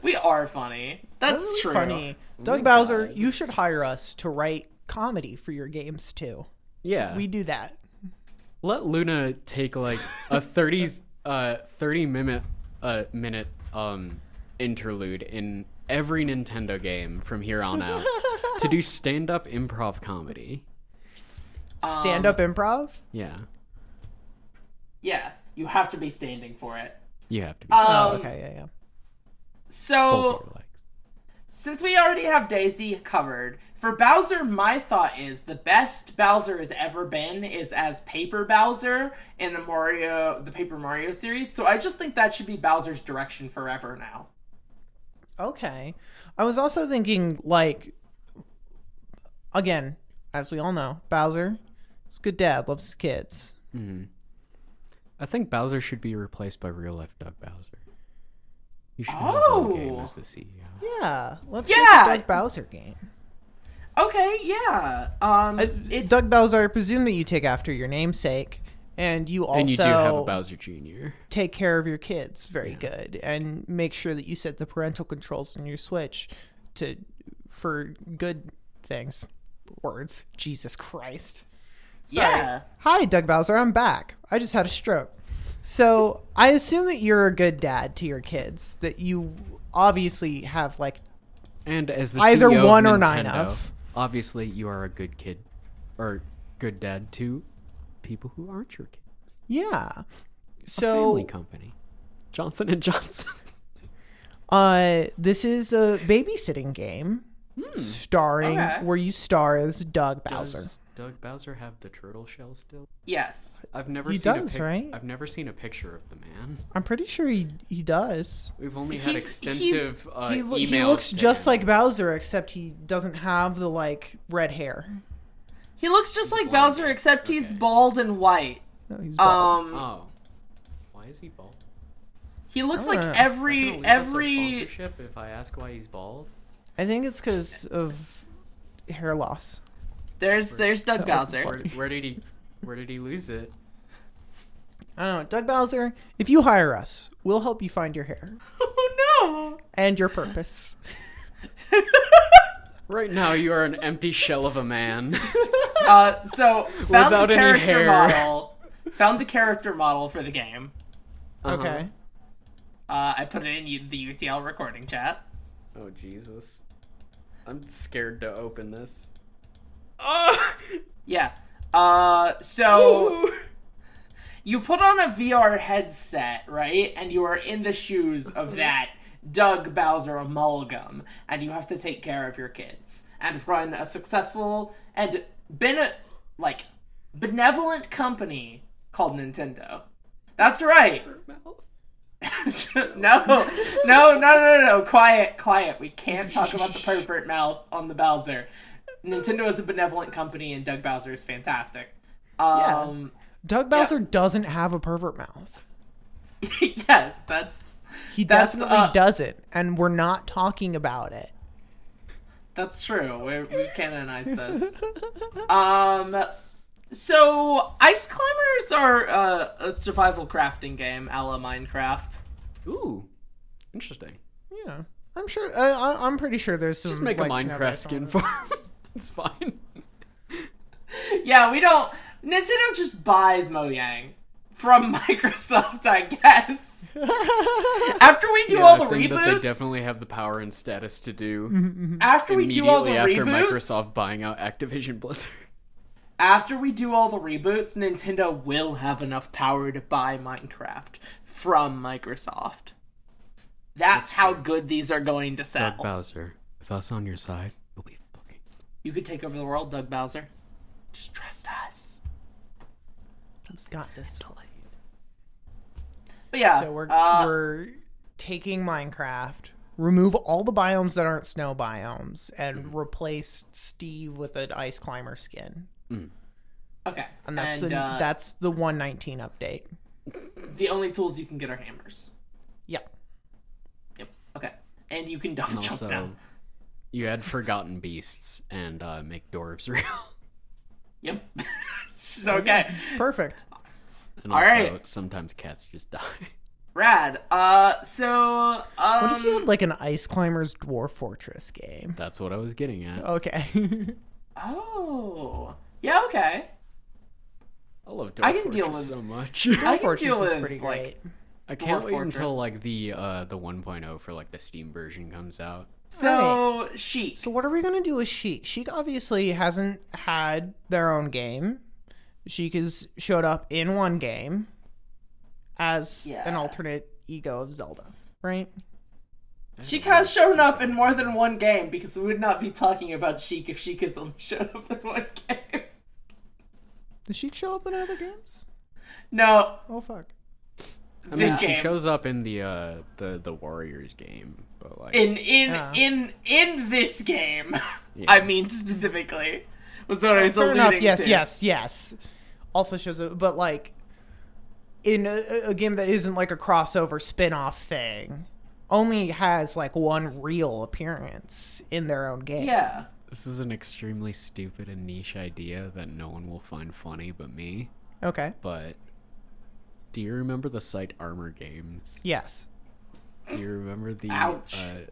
[SPEAKER 3] We are funny. That's
[SPEAKER 1] Really
[SPEAKER 3] true.
[SPEAKER 1] funny. Doug
[SPEAKER 2] Oh my
[SPEAKER 1] Bowser,
[SPEAKER 2] God.
[SPEAKER 1] you should hire us to write comedy for your games too.
[SPEAKER 2] Yeah.
[SPEAKER 1] We do that.
[SPEAKER 2] Let Luna take like a 30 uh 30 minute uh minute um interlude in every Nintendo game from here on out to do stand-up improv comedy.
[SPEAKER 3] Um,
[SPEAKER 1] Stand up improv?
[SPEAKER 2] Yeah.
[SPEAKER 3] Yeah, you have to be standing for it.
[SPEAKER 2] You have to be
[SPEAKER 3] Um,
[SPEAKER 1] Oh, okay, yeah, yeah.
[SPEAKER 3] So.
[SPEAKER 1] oh.
[SPEAKER 2] both of your legs.
[SPEAKER 3] Since we already have Daisy covered, for Bowser, my thought is the best Bowser has ever been is as Paper Bowser in the Mario, the Paper Mario series. So I just think that should be Bowser's direction forever now.
[SPEAKER 1] Okay. I was also thinking, like, again, as we all know, Bowser is a good dad, loves his kids.
[SPEAKER 2] I think Bowser should be replaced by real life Doug Bowser. You should have his own game
[SPEAKER 3] Oh.
[SPEAKER 2] as the E CEO.
[SPEAKER 1] Yeah, let's
[SPEAKER 3] Yeah.
[SPEAKER 1] make a Doug Bowser game.
[SPEAKER 3] Okay, yeah. Um, it's
[SPEAKER 1] Doug Bowser, I presume that you take after your namesake, and you also
[SPEAKER 2] And you do have a Bowser Jr.
[SPEAKER 1] take care of your kids very good, and make sure that you set the parental controls on your Switch to for good things. Words, Jesus Christ.
[SPEAKER 3] yeah.
[SPEAKER 1] Hi, Doug Bowser. I'm back. I just had a stroke. So I assume that you're a good dad to your kids. That you obviously have like
[SPEAKER 2] And as the
[SPEAKER 1] Either
[SPEAKER 2] CEO
[SPEAKER 1] one
[SPEAKER 2] of
[SPEAKER 1] or nine
[SPEAKER 2] Nintendo,
[SPEAKER 1] of.
[SPEAKER 2] Obviously, you are a good kid or good dad to people who aren't your kids.
[SPEAKER 1] yeah.
[SPEAKER 2] Family
[SPEAKER 1] So
[SPEAKER 2] company. Johnson and Johnson.
[SPEAKER 1] uh, this is a babysitting game starring
[SPEAKER 3] okay.
[SPEAKER 1] where you star as Doug Bowser.
[SPEAKER 2] Hmm. Does Doug Bowser have the turtle shell still?
[SPEAKER 3] Yes.
[SPEAKER 2] I've never
[SPEAKER 1] He
[SPEAKER 2] seen
[SPEAKER 1] does,
[SPEAKER 2] a pic-
[SPEAKER 1] right?
[SPEAKER 2] I've never seen a picture of the man.
[SPEAKER 1] I'm pretty sure he he does.
[SPEAKER 2] We've only had
[SPEAKER 3] He's- he's-
[SPEAKER 2] extensive uh,
[SPEAKER 1] he, lo-
[SPEAKER 2] emails.
[SPEAKER 1] he looks
[SPEAKER 2] to
[SPEAKER 1] just
[SPEAKER 2] him.
[SPEAKER 1] like Bowser, except he doesn't have the like red
[SPEAKER 2] Mm.
[SPEAKER 1] hair.
[SPEAKER 3] He looks just like
[SPEAKER 2] Blonde.
[SPEAKER 3] Bowser, except he's
[SPEAKER 2] Okay.
[SPEAKER 3] bald and white.
[SPEAKER 1] No, he's bald.
[SPEAKER 3] Um,
[SPEAKER 2] Oh, why is he bald?
[SPEAKER 3] he looks
[SPEAKER 1] I don't
[SPEAKER 3] like
[SPEAKER 1] know.
[SPEAKER 2] They're
[SPEAKER 3] every
[SPEAKER 2] gonna lose us our
[SPEAKER 3] every.
[SPEAKER 2] sponsorship if I ask why he's bald.
[SPEAKER 1] I think it's because of hair loss.
[SPEAKER 3] There's there's
[SPEAKER 1] That
[SPEAKER 3] Doug
[SPEAKER 1] was
[SPEAKER 3] Bowser.
[SPEAKER 2] Where, where did he where did he lose it?
[SPEAKER 1] I don't know, Doug Bowser. If you hire us, we'll help you find your hair
[SPEAKER 3] Oh no.
[SPEAKER 1] and your purpose.
[SPEAKER 2] Right now you are an empty shell of a man. Uh-huh.
[SPEAKER 3] Uh, so found
[SPEAKER 2] Without
[SPEAKER 3] the
[SPEAKER 2] any
[SPEAKER 3] character
[SPEAKER 2] hair.
[SPEAKER 3] model. Found the character model for the game.
[SPEAKER 2] Uh-huh.
[SPEAKER 1] Okay.
[SPEAKER 3] Uh, I put it in U- the UTL recording chat.
[SPEAKER 2] Oh Jesus. I'm scared to open this.
[SPEAKER 3] Yeah. Uh, so you put on a VR headset, right? And you are in the shoes of that Doug Bowser amalgam, and you have to take care of your kids and run a successful and bene- like benevolent company called Nintendo. That's right. no, no, no, no, no, no. Quiet, quiet. We can't talk about the pervert mouth on the Bowser. Nintendo is a benevolent company, and Doug Bowser is fantastic. Um,
[SPEAKER 1] Doug Bowser doesn't have a pervert mouth.
[SPEAKER 3] yes, that's
[SPEAKER 1] He
[SPEAKER 3] That's,
[SPEAKER 1] definitely
[SPEAKER 3] uh,
[SPEAKER 1] does it, and we're not talking about it.
[SPEAKER 3] that's true. We're, we canonized this. Um, so ice climbers are uh, a survival crafting game, a la Minecraft.
[SPEAKER 2] Ooh. Interesting.
[SPEAKER 1] Yeah, I'm sure. I, I, I'm pretty sure there's some.
[SPEAKER 2] Just make a
[SPEAKER 1] like,
[SPEAKER 2] Minecraft
[SPEAKER 1] snippets
[SPEAKER 2] skin
[SPEAKER 1] on
[SPEAKER 2] for him. it's fine.
[SPEAKER 3] Yeah, we don't. Nintendo just buys Mojang from Microsoft, I guess. after we do all the
[SPEAKER 2] I think that they
[SPEAKER 3] reboots,
[SPEAKER 2] definitely have the power and status to do
[SPEAKER 3] after we do all the
[SPEAKER 2] immediately after
[SPEAKER 3] reboots,
[SPEAKER 2] Microsoft buying out Activision Blizzard.
[SPEAKER 3] after we do all the reboots, Nintendo will have enough power to buy Minecraft from Microsoft. That's how good these are going to sell.
[SPEAKER 2] Bowser, with us on your side, you'll be fucking
[SPEAKER 3] you could take over the world, Doug Bowser. Just trust us.
[SPEAKER 1] it. Got this.
[SPEAKER 3] But yeah,
[SPEAKER 1] So we're
[SPEAKER 3] uh,
[SPEAKER 1] we're taking Minecraft, remove all the biomes that aren't snow biomes, and replace Steve with an ice climber skin.
[SPEAKER 3] okay.
[SPEAKER 1] And that's the
[SPEAKER 3] uh,
[SPEAKER 1] that's the one nineteen update.
[SPEAKER 3] the only tools you can get are hammers.
[SPEAKER 1] Yeah.
[SPEAKER 3] Yep. Okay. And you can double
[SPEAKER 2] And
[SPEAKER 3] jump
[SPEAKER 2] also,
[SPEAKER 3] now.
[SPEAKER 2] you had forgotten beasts and uh, make dwarves real.
[SPEAKER 3] Yep. so, okay.
[SPEAKER 1] Perfect.
[SPEAKER 2] and
[SPEAKER 3] All
[SPEAKER 2] also,
[SPEAKER 3] right.
[SPEAKER 2] sometimes cats just die.
[SPEAKER 3] Rad. Uh, so um,
[SPEAKER 1] What if you had like an ice climber's dwarf fortress game?
[SPEAKER 2] That's what I was getting at.
[SPEAKER 1] Okay.
[SPEAKER 3] Oh, yeah. Okay.
[SPEAKER 2] I love Dwarf
[SPEAKER 3] I can deal
[SPEAKER 2] Fortress
[SPEAKER 3] with-
[SPEAKER 2] so much.
[SPEAKER 3] I
[SPEAKER 1] Dwarf
[SPEAKER 3] can
[SPEAKER 1] fortress
[SPEAKER 3] deal
[SPEAKER 1] is
[SPEAKER 3] with,
[SPEAKER 1] pretty
[SPEAKER 3] like-
[SPEAKER 1] great.
[SPEAKER 2] I can't
[SPEAKER 3] Dwarf
[SPEAKER 2] wait until
[SPEAKER 3] Fortress.
[SPEAKER 2] like the uh the 1.0 for like the Steam version comes out.
[SPEAKER 3] So sheep.
[SPEAKER 1] So what are we gonna do with Sheik? Sheik obviously hasn't had their own game. Sheik has showed up in one game as an
[SPEAKER 3] Yeah.
[SPEAKER 1] alternate ego of Zelda, right?
[SPEAKER 3] Sheik has shown up in more than one game because we would not be talking about Sheik if Sheik has only showed up in one game.
[SPEAKER 1] Does Sheik show up in other games?
[SPEAKER 3] No,
[SPEAKER 1] Oh fuck.
[SPEAKER 2] I mean,
[SPEAKER 3] this
[SPEAKER 2] she
[SPEAKER 3] game.
[SPEAKER 2] shows up in the uh the the Warriors game, but like
[SPEAKER 3] in in
[SPEAKER 1] Yeah.
[SPEAKER 3] in in this game. I mean specifically was what I was
[SPEAKER 1] Fair
[SPEAKER 3] alluding
[SPEAKER 1] enough. Yes,
[SPEAKER 3] to.
[SPEAKER 1] yes, yes. Also shows up, but like in a, a game that isn't like a crossover spin-off thing, only has like one real appearance in their own game.
[SPEAKER 3] Yeah.
[SPEAKER 2] this is an extremely stupid and niche idea that no one will find funny but me.
[SPEAKER 1] Okay.
[SPEAKER 2] But do you remember the site Armor Games?
[SPEAKER 1] Yes.
[SPEAKER 2] Do you remember the
[SPEAKER 3] Ouch.
[SPEAKER 2] uh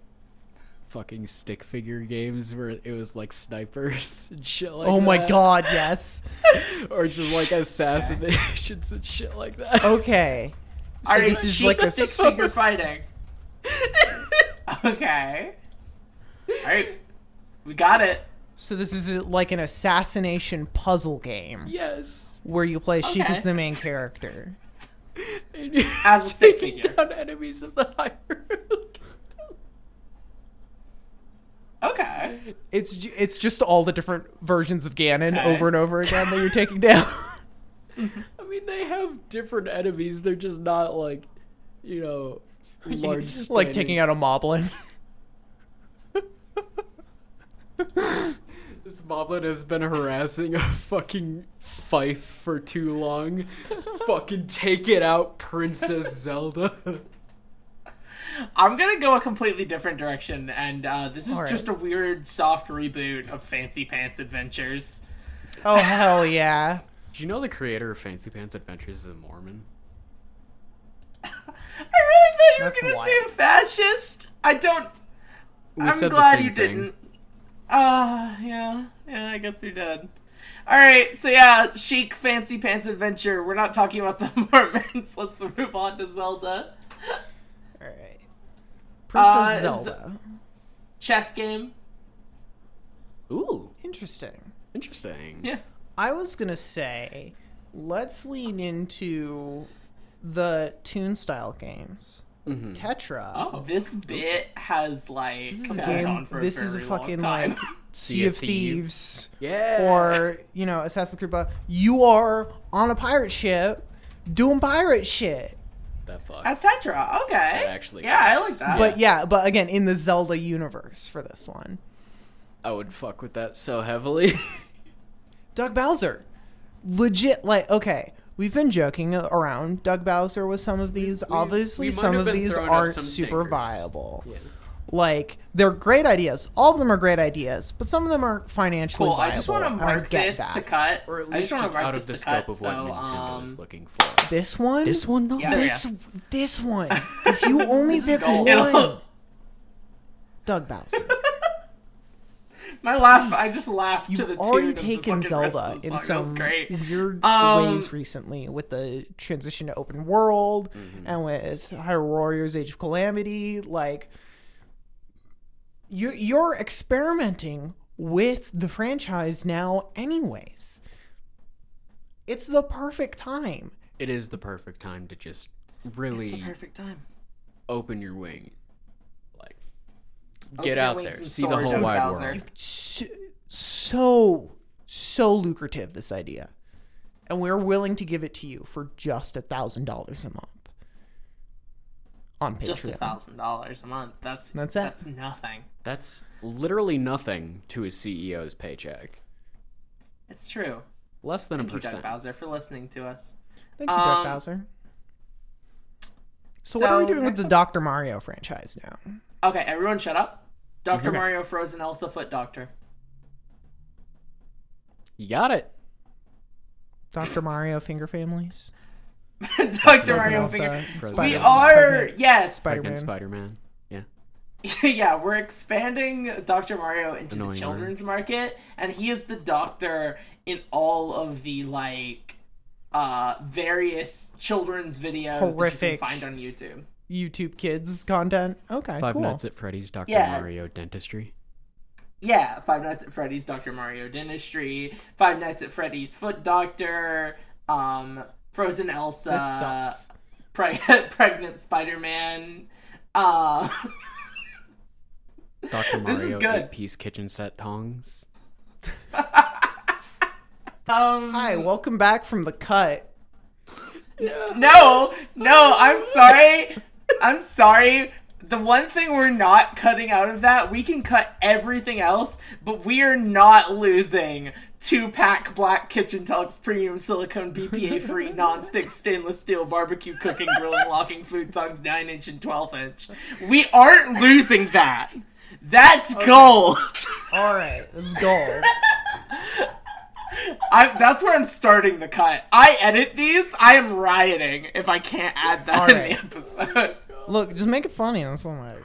[SPEAKER 2] fucking stick figure games where it was like snipers and shit like uh,
[SPEAKER 1] Oh my
[SPEAKER 2] that?
[SPEAKER 1] god, yes.
[SPEAKER 2] or just like assassinations and shit like that.
[SPEAKER 3] Oh.
[SPEAKER 1] Okay. So
[SPEAKER 3] All right,
[SPEAKER 1] this is
[SPEAKER 3] Sheik
[SPEAKER 1] like a
[SPEAKER 3] stick
[SPEAKER 1] s-
[SPEAKER 3] figure fighting. okay. All right. We got it.
[SPEAKER 1] so this is a- like an assassination puzzle game
[SPEAKER 2] Yes.
[SPEAKER 1] where you play Sheik
[SPEAKER 3] Okay.
[SPEAKER 1] as the main character.
[SPEAKER 3] As a stick
[SPEAKER 2] taking
[SPEAKER 3] figure.
[SPEAKER 2] down enemies of the high road.
[SPEAKER 3] Okay.
[SPEAKER 1] It's ju- it's just all the different versions of Ganon
[SPEAKER 3] Okay.
[SPEAKER 1] over and over again that you're taking down.
[SPEAKER 2] I mean, they have different enemies. They're just not like, you know, large.
[SPEAKER 1] like taking out a moblin.
[SPEAKER 2] This Moblin has been harassing a fucking fife for too long. fucking take it out, Princess Zelda.
[SPEAKER 3] I'm gonna go a completely different direction, and uh, this is
[SPEAKER 1] All right.
[SPEAKER 3] just a weird soft reboot of Fancy Pants Adventures.
[SPEAKER 1] Oh hell yeah.
[SPEAKER 2] Do you know the creator of Fancy Pants Adventures is a Mormon?
[SPEAKER 3] I really thought you
[SPEAKER 1] That's
[SPEAKER 3] were gonna
[SPEAKER 1] wild.
[SPEAKER 3] say fascist. I don't.
[SPEAKER 2] We
[SPEAKER 3] I'm glad you didn't. Uh, yeah, yeah, I guess we did. All right, so yeah, chic Fancy Pants Adventure. We're not talking about the Mormons. Let's move on to Zelda
[SPEAKER 1] All right. Princess
[SPEAKER 3] Uh,
[SPEAKER 1] Zelda.
[SPEAKER 3] chess game.
[SPEAKER 2] Ooh,
[SPEAKER 1] Interesting.
[SPEAKER 2] interesting.
[SPEAKER 3] Yeah.
[SPEAKER 1] I was gonna say, let's lean into the Toon style games. Tetra.
[SPEAKER 3] Oh, this bit has like
[SPEAKER 1] This is a
[SPEAKER 3] gone on
[SPEAKER 1] game.
[SPEAKER 3] for
[SPEAKER 1] This
[SPEAKER 3] a
[SPEAKER 1] is
[SPEAKER 3] very
[SPEAKER 1] fucking
[SPEAKER 3] long time.
[SPEAKER 1] like Sea of Thieves,
[SPEAKER 2] Yeah.
[SPEAKER 1] or you know Assassin's Creed. But you are on a pirate ship doing pirate shit.
[SPEAKER 2] that fucks.
[SPEAKER 3] That's Tetra. Okay.
[SPEAKER 2] actually
[SPEAKER 3] Yeah, I
[SPEAKER 2] works.
[SPEAKER 3] like that.
[SPEAKER 1] But yeah, but again in the Zelda universe for this one,
[SPEAKER 2] I would fuck with that so heavily.
[SPEAKER 1] Doug Bowser, legit like okay. We've been joking around Doug Bowser with some of these. Obviously,
[SPEAKER 2] we might
[SPEAKER 1] some of
[SPEAKER 2] have been
[SPEAKER 1] these
[SPEAKER 2] throwing up
[SPEAKER 1] aren't
[SPEAKER 2] some
[SPEAKER 1] super
[SPEAKER 2] stinkers.
[SPEAKER 1] viable. Like they're great ideas. All of them are great ideas, but some of them are financially
[SPEAKER 3] cool.
[SPEAKER 1] viable.
[SPEAKER 3] I just want to
[SPEAKER 1] and
[SPEAKER 3] mark
[SPEAKER 1] get
[SPEAKER 3] this
[SPEAKER 1] that.
[SPEAKER 3] to cut.
[SPEAKER 2] Or at
[SPEAKER 3] I
[SPEAKER 2] least
[SPEAKER 3] just want
[SPEAKER 2] just
[SPEAKER 3] to mark
[SPEAKER 2] out
[SPEAKER 3] this
[SPEAKER 2] of the
[SPEAKER 3] to
[SPEAKER 2] scope
[SPEAKER 3] cut,
[SPEAKER 2] of what
[SPEAKER 3] so,
[SPEAKER 2] Nintendo
[SPEAKER 3] um,
[SPEAKER 2] is looking for.
[SPEAKER 1] This one.
[SPEAKER 2] one though?
[SPEAKER 3] Yeah.
[SPEAKER 1] This this one. If you only pick
[SPEAKER 3] gold.
[SPEAKER 1] one,
[SPEAKER 3] It'll-
[SPEAKER 1] Doug Bowser.
[SPEAKER 3] My laugh. I just laughed to the
[SPEAKER 1] You've
[SPEAKER 3] tune
[SPEAKER 1] already
[SPEAKER 3] of the
[SPEAKER 1] taken
[SPEAKER 3] fucking rest
[SPEAKER 1] Zelda
[SPEAKER 3] of the
[SPEAKER 1] in
[SPEAKER 3] song. That was
[SPEAKER 1] some
[SPEAKER 3] great.
[SPEAKER 1] weird
[SPEAKER 3] Um,
[SPEAKER 1] ways recently with the transition to open world
[SPEAKER 3] Mm-hmm.
[SPEAKER 1] and with Hyrule Warriors: Age of Calamity. Like you, you're experimenting with the franchise now, anyways. It's the perfect time.
[SPEAKER 2] It is the perfect time to just really
[SPEAKER 3] time.
[SPEAKER 2] open your wing. Like
[SPEAKER 3] Open
[SPEAKER 2] get
[SPEAKER 3] your
[SPEAKER 2] out
[SPEAKER 3] wings
[SPEAKER 2] there,
[SPEAKER 3] and
[SPEAKER 2] see the
[SPEAKER 3] soar,
[SPEAKER 2] whole
[SPEAKER 3] Doug
[SPEAKER 2] wide
[SPEAKER 3] Bowser.
[SPEAKER 2] world.
[SPEAKER 1] so so so lucrative this idea and we're willing to give it to you for just a thousand dollars a month on
[SPEAKER 3] just a
[SPEAKER 1] Patreon.
[SPEAKER 3] thousand dollars a month. That's
[SPEAKER 1] That's it.
[SPEAKER 3] That's nothing.
[SPEAKER 2] That's literally nothing to a CEO's paycheck.
[SPEAKER 3] It's true.
[SPEAKER 2] Less than a
[SPEAKER 3] Thank you, Doug
[SPEAKER 2] percent.
[SPEAKER 3] Bowser, for listening to us.
[SPEAKER 1] Thank you, Doug
[SPEAKER 3] Um,
[SPEAKER 1] Bowser. So, what are
[SPEAKER 3] so
[SPEAKER 1] we doing with
[SPEAKER 3] next
[SPEAKER 1] the Doctor Mario franchise now?
[SPEAKER 3] Okay, everyone, shut up. Doctor
[SPEAKER 2] Okay.
[SPEAKER 3] Mario, Frozen, Elsa, Foot Doctor.
[SPEAKER 2] You got it.
[SPEAKER 1] Doctor Mario Finger Families.
[SPEAKER 3] Doctor
[SPEAKER 1] Frozen
[SPEAKER 3] Mario
[SPEAKER 1] Elsa,
[SPEAKER 3] figure.
[SPEAKER 1] Frozen
[SPEAKER 3] We
[SPEAKER 1] Elsa,
[SPEAKER 3] are
[SPEAKER 1] Pregnant.
[SPEAKER 3] yes,
[SPEAKER 1] Spider-Man.
[SPEAKER 2] Against Spider Man. Yeah.
[SPEAKER 3] yeah, we're expanding Doctor Mario into
[SPEAKER 2] Annoying
[SPEAKER 3] the children's market, and he is the doctor in all of the like uh various children's videos that you
[SPEAKER 1] Horrific.
[SPEAKER 3] can find on YouTube.
[SPEAKER 1] YouTube Kids content. Okay,
[SPEAKER 2] Five
[SPEAKER 1] cool.
[SPEAKER 2] Nights at Freddy's Dr.
[SPEAKER 3] Yeah.
[SPEAKER 2] Mario Dentistry.
[SPEAKER 3] Yeah, Five Nights at Freddy's Dr. Mario Dentistry, Five Nights at Freddy's Foot Doctor, um, Frozen
[SPEAKER 1] This
[SPEAKER 3] Elsa,
[SPEAKER 1] sucks.
[SPEAKER 3] preg- Pregnant Spider Man. Uh,
[SPEAKER 2] Dr.
[SPEAKER 3] This is
[SPEAKER 2] Mario
[SPEAKER 3] good.
[SPEAKER 2] eight piece kitchen set tongs.
[SPEAKER 3] um,
[SPEAKER 1] Hi, welcome back from the cut.
[SPEAKER 3] no, no, I'm sorry. I'm sorry. The one thing we're not cutting out of that, we can cut everything else, but we are not losing two pack black kitchen talks premium silicone BPA free nonstick stainless steel barbecue cooking, grilling, locking food tongs, 9 inch and 12 inch. We aren't losing that. That's gold.
[SPEAKER 1] All right, let's go.
[SPEAKER 3] I, that's where I'm starting the cut. I edit these. I am rioting if I can't add that in
[SPEAKER 1] Alright.
[SPEAKER 3] the episode.
[SPEAKER 1] Look, just make it funny. That's all that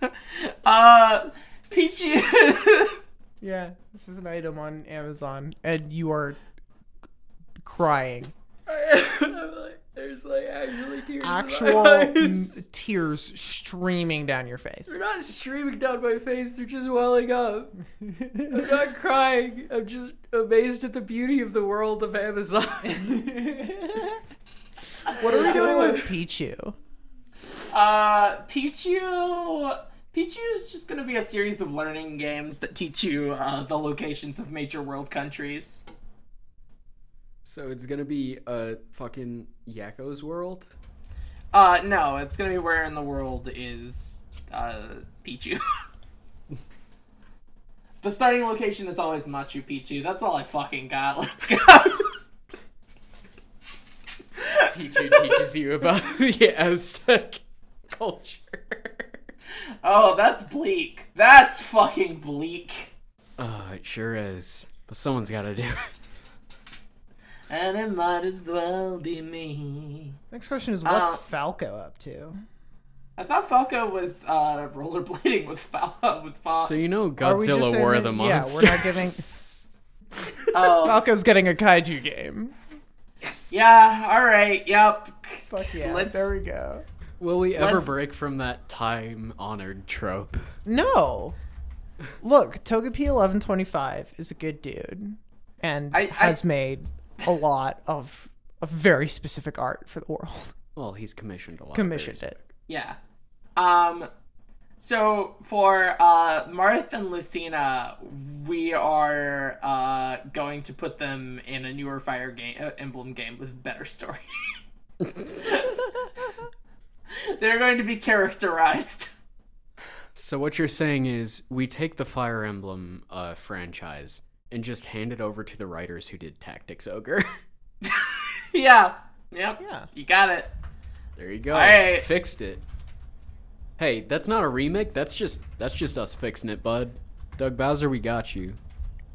[SPEAKER 1] matters.
[SPEAKER 3] Uh, Peachy.
[SPEAKER 1] Yeah, this is an item on Amazon, and you are crying.
[SPEAKER 2] There's like actually tears.
[SPEAKER 1] Actual m- tears streaming down your face.
[SPEAKER 2] not streaming down my face, they're just welling up. I'm not crying. I'm just amazed at the beauty of the world of Amazon.
[SPEAKER 1] What are we doing with Pichu?
[SPEAKER 3] Uh, Pichu. Pichu is just gonna be a series of learning games that teach you uh, the locations of major world countries.
[SPEAKER 2] so it's gonna be a fucking Yakko's world?
[SPEAKER 3] Uh, no, it's gonna be where in the world is uh, Pichu. the starting location is always Machu Picchu. That's all I fucking got. Let's go.
[SPEAKER 2] Pichu teaches you about the Aztec culture.
[SPEAKER 3] oh, that's bleak. That's fucking bleak.
[SPEAKER 2] Oh, it sure is. But someone's gotta do it.
[SPEAKER 3] And it might as well be me.
[SPEAKER 1] Next question is what's
[SPEAKER 3] Uh,
[SPEAKER 1] Falco up to?
[SPEAKER 3] I thought Falco was uh, rollerblading with Fal- with Fox.
[SPEAKER 2] So you know
[SPEAKER 1] Uh, Are we just
[SPEAKER 2] Godzilla
[SPEAKER 1] saying
[SPEAKER 2] War
[SPEAKER 1] that-
[SPEAKER 2] of the
[SPEAKER 1] yeah,
[SPEAKER 2] Monsters.
[SPEAKER 1] we're not giving-
[SPEAKER 3] Oh,
[SPEAKER 1] Falco's getting a kaiju game.
[SPEAKER 3] yeah. All right. Yep.
[SPEAKER 1] Fuck yeah.
[SPEAKER 3] Let's-
[SPEAKER 1] There we go.
[SPEAKER 2] Will we ever
[SPEAKER 3] Let's-
[SPEAKER 2] break from that time honored trope?
[SPEAKER 1] No. Look, Togepi eleven twenty five is a good dude, and
[SPEAKER 3] I- I-
[SPEAKER 1] has made a lot of of very specific art for the world.
[SPEAKER 2] Well, he's commissioned a lot. of
[SPEAKER 1] Commissioned
[SPEAKER 2] various-
[SPEAKER 1] it.
[SPEAKER 3] Yeah. Um. So for uh, Marth and Lucina, we are uh, going to put them in a newer Fire game, uh, Emblem game with better story. They're going to be characterized.
[SPEAKER 2] So what you're saying is we take the Fire Emblem uh, franchise and just hand it over to the writers who did Tactics Ogre.
[SPEAKER 3] yeah. Yep.
[SPEAKER 1] Yeah.
[SPEAKER 3] You got it.
[SPEAKER 2] there you go.
[SPEAKER 3] Alright.
[SPEAKER 2] Fixed it. Hey, that's not a remake. That's just that's just us fixing it, bud. Doug Bowser, we got you.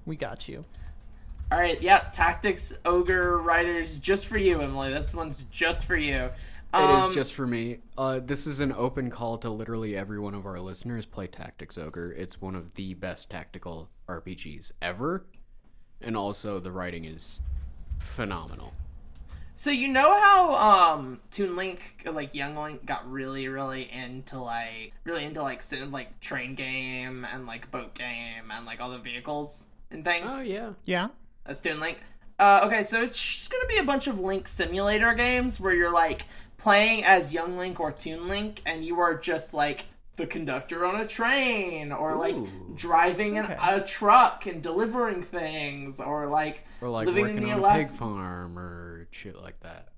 [SPEAKER 1] We got you.
[SPEAKER 3] All right, yep. Tactics Ogre Riders, just for you, Emily. This one's just for you.
[SPEAKER 2] It
[SPEAKER 3] Um,
[SPEAKER 2] is just for me. Uh, this is an open call to literally every one of our listeners. Play Tactics Ogre. It's one of the best tactical RPGs ever, and also the writing is phenomenal.
[SPEAKER 3] so you know how um Toon Link, like Young Link, got really, really into like really into like sort of, like train game and like boat game and like all the vehicles and things.
[SPEAKER 2] Oh yeah,
[SPEAKER 1] Yeah.
[SPEAKER 3] That's Toon Link. Uh, okay, so it's just gonna be a bunch of Link simulator games where you're like playing as Young Link or Toon Link, and you are just like the conductor on a train, or like
[SPEAKER 2] Ooh.
[SPEAKER 3] driving an,
[SPEAKER 1] Okay.
[SPEAKER 3] a truck and delivering things, or like,
[SPEAKER 2] or like
[SPEAKER 3] living in
[SPEAKER 2] working
[SPEAKER 3] the
[SPEAKER 2] on a pig
[SPEAKER 3] Alaska.
[SPEAKER 2] farm or shit like that.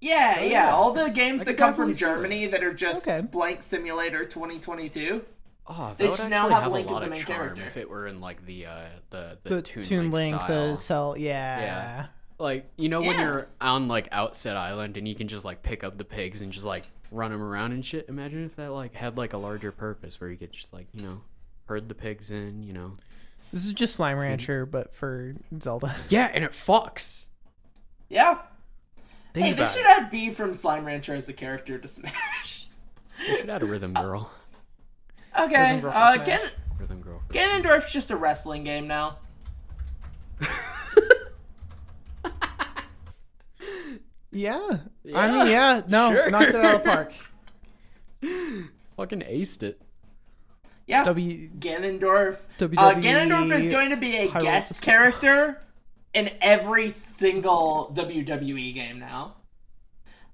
[SPEAKER 3] Yeah, yeah,
[SPEAKER 2] Oh, yeah.
[SPEAKER 3] All the games
[SPEAKER 2] I
[SPEAKER 3] that
[SPEAKER 2] could
[SPEAKER 3] come from
[SPEAKER 2] definitely see that.
[SPEAKER 3] Germany that are just
[SPEAKER 1] Okay.
[SPEAKER 3] blank simulator 2022.
[SPEAKER 2] Oh, that
[SPEAKER 3] They
[SPEAKER 2] would
[SPEAKER 3] should
[SPEAKER 2] actually
[SPEAKER 3] now have
[SPEAKER 2] have
[SPEAKER 3] Link
[SPEAKER 2] a
[SPEAKER 3] as
[SPEAKER 2] lot
[SPEAKER 3] the
[SPEAKER 2] of
[SPEAKER 3] main
[SPEAKER 2] charm
[SPEAKER 3] character.
[SPEAKER 2] if it were in like the uh, the the,
[SPEAKER 1] The
[SPEAKER 2] Toon,
[SPEAKER 1] Toon Link,
[SPEAKER 2] Link,
[SPEAKER 1] the
[SPEAKER 2] style.
[SPEAKER 1] cell, yeah.
[SPEAKER 2] Yeah. like you know when
[SPEAKER 3] Yeah.
[SPEAKER 2] you're on like outset island and you can just like pick up the pigs and just like run them around and shit. Imagine if that like had like a larger purpose where you could just like you know herd the pigs in, you know.
[SPEAKER 1] This is just Slime Rancher, but for Zelda.
[SPEAKER 2] Yeah, and it fucks.
[SPEAKER 3] Yeah.
[SPEAKER 2] Think
[SPEAKER 3] hey, they
[SPEAKER 2] about
[SPEAKER 3] should
[SPEAKER 2] it.
[SPEAKER 3] add B from Slime Rancher as a character to Smash.
[SPEAKER 2] They should add a rhythm girl.
[SPEAKER 3] okay.
[SPEAKER 1] Girl from
[SPEAKER 3] Uh,
[SPEAKER 1] Smash.
[SPEAKER 3] Gan-
[SPEAKER 2] Rhythm girl.
[SPEAKER 3] Ganondorf's just a wrestling game now.
[SPEAKER 1] Yeah. I mean, yeah. No,
[SPEAKER 2] sure.
[SPEAKER 1] knocked it out of the park.
[SPEAKER 2] Fucking aced it.
[SPEAKER 3] Yeah.
[SPEAKER 1] W.
[SPEAKER 3] Ganondorf. Uh,
[SPEAKER 1] WWE
[SPEAKER 3] Ganondorf is going to be a
[SPEAKER 1] Hyrule
[SPEAKER 3] guest
[SPEAKER 1] System.
[SPEAKER 3] character in every single WWE game now.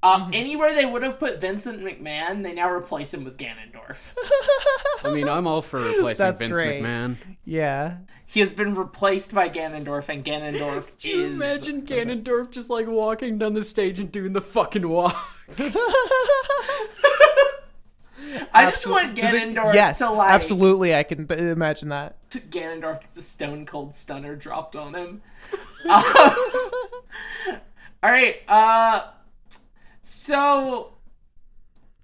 [SPEAKER 3] Um,
[SPEAKER 1] Mm-hmm.
[SPEAKER 3] Anywhere they would have put Vincent McMahon, they now replace him with Ganondorf.
[SPEAKER 2] I mean, I'm all for replacing
[SPEAKER 1] That's
[SPEAKER 2] Vince
[SPEAKER 1] great.
[SPEAKER 2] McMahon.
[SPEAKER 1] Yeah.
[SPEAKER 3] he has been replaced by Ganondorf, and Ganondorf
[SPEAKER 2] Can you
[SPEAKER 3] is.
[SPEAKER 2] imagine Ganondorf just like walking down the stage and doing the fucking walk?
[SPEAKER 3] I just want
[SPEAKER 1] Do they-
[SPEAKER 3] Ganondorf
[SPEAKER 1] yes,
[SPEAKER 3] to like
[SPEAKER 1] absolutely. I can th- imagine that.
[SPEAKER 3] Ganondorf gets a stone cold stunner dropped on him. Um, all right, uh, so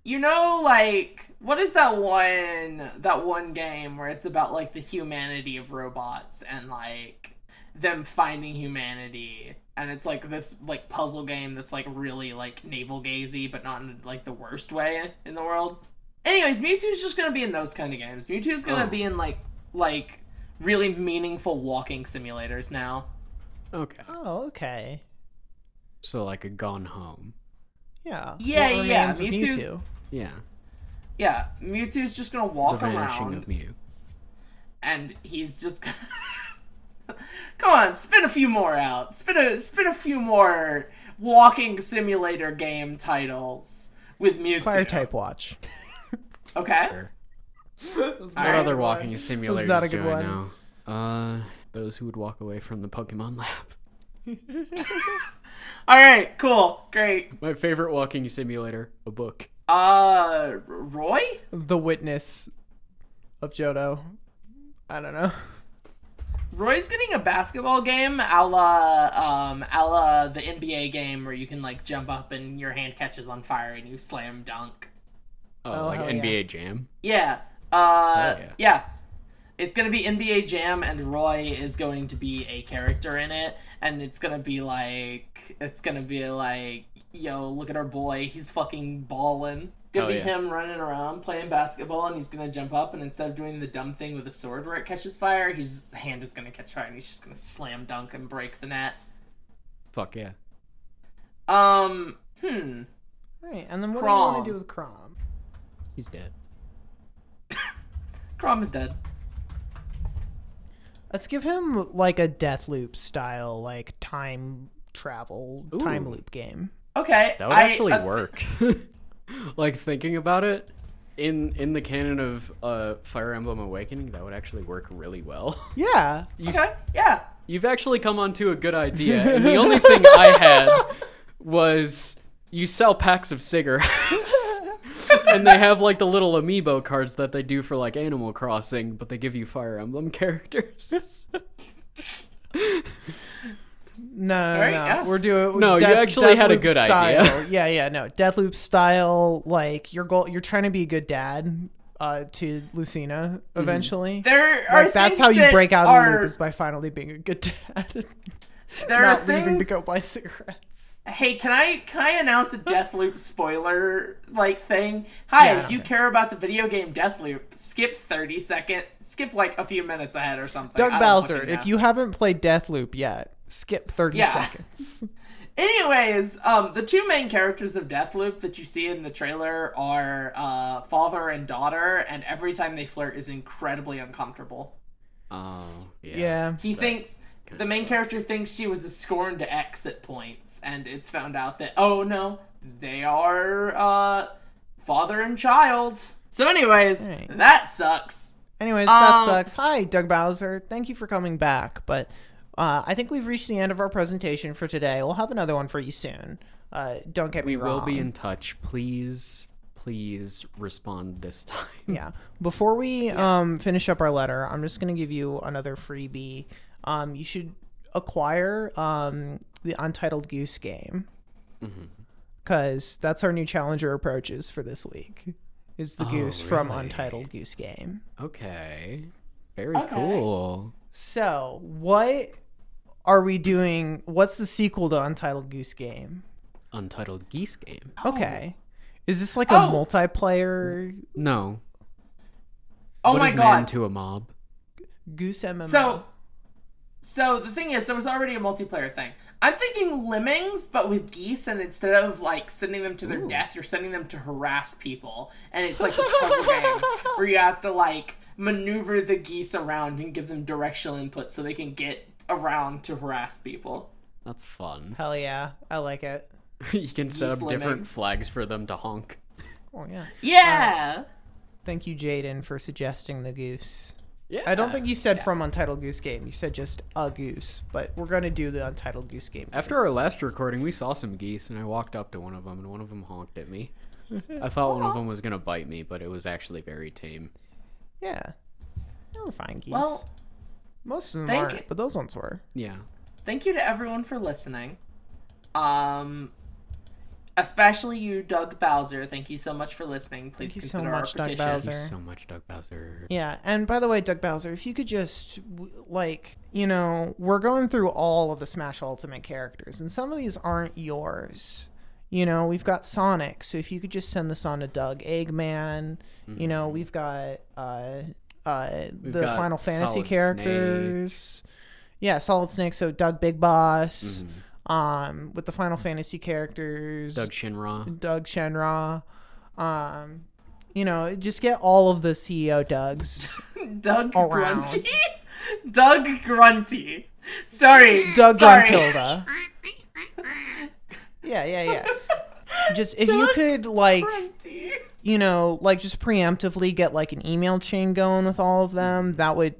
[SPEAKER 3] you know, like, what is that one? That one game where it's about like the humanity of robots and like them finding humanity, and it's like this like puzzle game that's like really like navel gazy, but not in like the worst way in the world. Anyways, Mewtwo's just gonna be in those kind of games. Mewtwo's gonna
[SPEAKER 2] Oh.
[SPEAKER 3] be in like like really meaningful walking simulators now.
[SPEAKER 2] Okay.
[SPEAKER 1] Oh, okay.
[SPEAKER 2] So like a gone home.
[SPEAKER 1] Yeah.
[SPEAKER 3] Yeah,
[SPEAKER 1] What
[SPEAKER 3] yeah,
[SPEAKER 1] remains of
[SPEAKER 3] Mewtwo's-
[SPEAKER 1] Mewtwo?
[SPEAKER 2] Yeah.
[SPEAKER 3] Yeah, Mewtwo's just gonna
[SPEAKER 2] The
[SPEAKER 3] walk
[SPEAKER 2] vanishing
[SPEAKER 3] around
[SPEAKER 2] of Mew.
[SPEAKER 3] and he's just gonna Come on, spin a few more out. Spin a spin a few more walking simulator game titles with Mewtwo.
[SPEAKER 1] Fire type watch.
[SPEAKER 3] Okay.
[SPEAKER 2] Fair.
[SPEAKER 1] That's
[SPEAKER 2] What
[SPEAKER 3] Alright.
[SPEAKER 2] other walking simulators
[SPEAKER 1] not a
[SPEAKER 2] do
[SPEAKER 1] good
[SPEAKER 2] I
[SPEAKER 1] one.
[SPEAKER 2] know? Uh, those who would walk away from the Pokemon lab.
[SPEAKER 3] Alright, cool. Great.
[SPEAKER 2] My favorite walking simulator, a book.
[SPEAKER 3] Uh Roy?
[SPEAKER 1] The witness of Jodo. I don't know.
[SPEAKER 3] Roy's getting a basketball game a la um a la the NBA game where you can like jump up and your hand catches on fire and you slam dunk.
[SPEAKER 2] Oh,
[SPEAKER 1] Oh,
[SPEAKER 2] like
[SPEAKER 1] hell
[SPEAKER 2] NBA Jam.
[SPEAKER 3] Yeah. Uh,
[SPEAKER 2] Hell yeah.
[SPEAKER 3] yeah. It's gonna be NBA Jam, and Roy is going to be a character in it, and it's gonna be like, it's gonna be like, yo, look at our boy, he's fucking ballin'. Gonna
[SPEAKER 2] Oh,
[SPEAKER 3] be
[SPEAKER 2] yeah.
[SPEAKER 3] him running around playing basketball, and he's gonna jump up, and instead of doing the dumb thing with a sword where it catches fire, his hand is gonna catch fire, and he's just gonna slam dunk and break the net.
[SPEAKER 2] Fuck yeah.
[SPEAKER 3] Um, hmm.
[SPEAKER 1] Right, and then what do you
[SPEAKER 3] Crom.
[SPEAKER 1] want to do with Crom?
[SPEAKER 2] He's dead.
[SPEAKER 3] Crom is dead.
[SPEAKER 1] Let's give him like a Deathloop style, like time travel, time
[SPEAKER 2] Ooh.
[SPEAKER 1] loop game.
[SPEAKER 3] Okay.
[SPEAKER 2] That would
[SPEAKER 3] I-
[SPEAKER 2] actually
[SPEAKER 3] a
[SPEAKER 1] uh,
[SPEAKER 3] th-
[SPEAKER 2] work. like thinking about it, in in the canon of uh, Fire Emblem Awakening, that would actually work really well.
[SPEAKER 1] Yeah.
[SPEAKER 2] You s-
[SPEAKER 3] Okay. Yeah.
[SPEAKER 2] you've actually come onto a good idea. And the only thing I had was you sell packs of cigarettes. and they have like the little amiibo cards that they do for like Animal Crossing, but they give you Fire Emblem characters.
[SPEAKER 1] No, no,
[SPEAKER 3] Right,
[SPEAKER 1] no.
[SPEAKER 3] yeah.
[SPEAKER 1] We're doing
[SPEAKER 2] No, you actually had a
[SPEAKER 1] Deathloop
[SPEAKER 2] good
[SPEAKER 1] style.
[SPEAKER 2] idea.
[SPEAKER 1] Yeah, yeah, no. Deathloop style, like your goal, you're trying to be a good dad uh, to Lucina
[SPEAKER 2] Mm-hmm.
[SPEAKER 1] eventually.
[SPEAKER 3] There are
[SPEAKER 1] Like that's
[SPEAKER 3] things
[SPEAKER 1] how you
[SPEAKER 3] that
[SPEAKER 1] break out of the
[SPEAKER 3] are,
[SPEAKER 1] loop is by finally being a good dad,
[SPEAKER 3] there
[SPEAKER 1] not
[SPEAKER 3] are
[SPEAKER 1] leaving to
[SPEAKER 3] things-
[SPEAKER 1] go buy cigarettes.
[SPEAKER 3] Hey, can I can I announce a Deathloop spoiler like thing? Hi,
[SPEAKER 1] Yeah, I
[SPEAKER 3] if
[SPEAKER 1] don't
[SPEAKER 3] you
[SPEAKER 1] care.
[SPEAKER 3] care about the video game Deathloop, skip thirty second, skip like a few minutes ahead or something. I
[SPEAKER 1] Doug
[SPEAKER 3] don't
[SPEAKER 1] Bowser,
[SPEAKER 3] fucking know.
[SPEAKER 1] if you haven't played Deathloop yet, skip thirty
[SPEAKER 3] Yeah.
[SPEAKER 1] seconds.
[SPEAKER 3] Anyways, um, the two main characters of Deathloop that you see in the trailer are uh, father and daughter, and every time they flirt is incredibly uncomfortable.
[SPEAKER 2] Oh, yeah.
[SPEAKER 1] Yeah.
[SPEAKER 3] He thinks the main character thinks she was a scorned ex at points, and it's found out that oh no, they are uh father and child. So, anyways,
[SPEAKER 1] Right.
[SPEAKER 3] that sucks.
[SPEAKER 1] Anyways, that
[SPEAKER 3] Um,
[SPEAKER 1] sucks. Hi, Doug Bowser. Thank you for coming back, but uh, I think we've reached the end of our presentation for today. We'll have another one for you soon. Uh, don't get
[SPEAKER 2] We
[SPEAKER 1] me wrong.
[SPEAKER 2] will be in touch. Please, please respond this time.
[SPEAKER 1] yeah. Before we um, finish up our letter, I'm just going to give you another freebie. Um, you should acquire um, the Untitled Goose game
[SPEAKER 3] Mm-hmm.
[SPEAKER 1] because that's our new challenger approaches for this week. Is
[SPEAKER 3] Oh,
[SPEAKER 1] the goose from Untitled Goose Game?
[SPEAKER 2] Okay. Very
[SPEAKER 3] Okay.
[SPEAKER 2] cool.
[SPEAKER 1] So, what are we doing? What's the sequel to Untitled Goose Game?
[SPEAKER 2] Untitled Geese Game.
[SPEAKER 1] Okay. Is this like a
[SPEAKER 3] Oh.
[SPEAKER 1] multiplayer
[SPEAKER 2] No.
[SPEAKER 3] Oh
[SPEAKER 2] What
[SPEAKER 3] my
[SPEAKER 2] is
[SPEAKER 3] god.
[SPEAKER 2] man to a mob?
[SPEAKER 1] Goose MMO?
[SPEAKER 3] So, so the thing is, there was already a multiplayer thing. I'm thinking lemmings, but with geese, and instead of like sending them to their death, you're sending them to harass people, and it's like this puzzle game where you have to like maneuver the geese around and give them directional input so they can get around to harass people.
[SPEAKER 2] That's fun.
[SPEAKER 1] hell yeah, I like it.
[SPEAKER 2] you can set up
[SPEAKER 3] Geese
[SPEAKER 2] different
[SPEAKER 3] lemmings.
[SPEAKER 2] flags for them to honk.
[SPEAKER 1] Oh yeah.
[SPEAKER 3] Yeah.
[SPEAKER 1] Thank you, Jaden, for suggesting the goose.
[SPEAKER 2] Uh, Yeah.
[SPEAKER 1] I don't think you said from Untitled Goose Game. You said just a goose, but we're gonna do the Untitled Goose Game.
[SPEAKER 2] After
[SPEAKER 1] first.
[SPEAKER 2] our last recording, we saw some geese, and I walked up to one of them, and one of them honked at me. I thought one of them was gonna bite me, but it was actually very tame.
[SPEAKER 1] yeah, they were fine geese.
[SPEAKER 3] well,
[SPEAKER 1] Most of them
[SPEAKER 3] thank
[SPEAKER 1] aren't,
[SPEAKER 3] you.
[SPEAKER 1] but those ones were.
[SPEAKER 2] Yeah.
[SPEAKER 3] thank you to everyone for listening. Um. Especially you, Doug Bowser. Thank you so much for listening. Please
[SPEAKER 1] you so
[SPEAKER 3] consider
[SPEAKER 1] much,
[SPEAKER 3] our
[SPEAKER 1] Doug
[SPEAKER 3] petition.
[SPEAKER 1] Bowser.
[SPEAKER 2] Thank you so much, Doug Bowser.
[SPEAKER 1] Yeah, and by the way, Doug Bowser, if you could just w- like, you know, we're going through all of the Smash Ultimate characters, and some of these aren't yours. You know, we've got Sonic, so if you could just send this on to Doug Eggman. You know, we've got uh, uh, the
[SPEAKER 2] Mm-hmm. got
[SPEAKER 1] Final Fantasy
[SPEAKER 2] Solid
[SPEAKER 1] characters. Yeah, Solid Snake. So Doug Big Boss, um, with the Final Fantasy characters.
[SPEAKER 2] Mm-hmm. Doug Shinra.
[SPEAKER 1] Doug Shenra. Um, you know, just get all of the CEO Dougs.
[SPEAKER 3] Doug
[SPEAKER 1] Around.
[SPEAKER 3] Grunty? Doug Grunty. Sorry.
[SPEAKER 1] Doug
[SPEAKER 3] sorry.
[SPEAKER 1] Gruntilda. yeah, yeah, yeah. Just if you could like
[SPEAKER 3] Grunty.
[SPEAKER 1] you know like just preemptively get like an email chain going with all of them, that would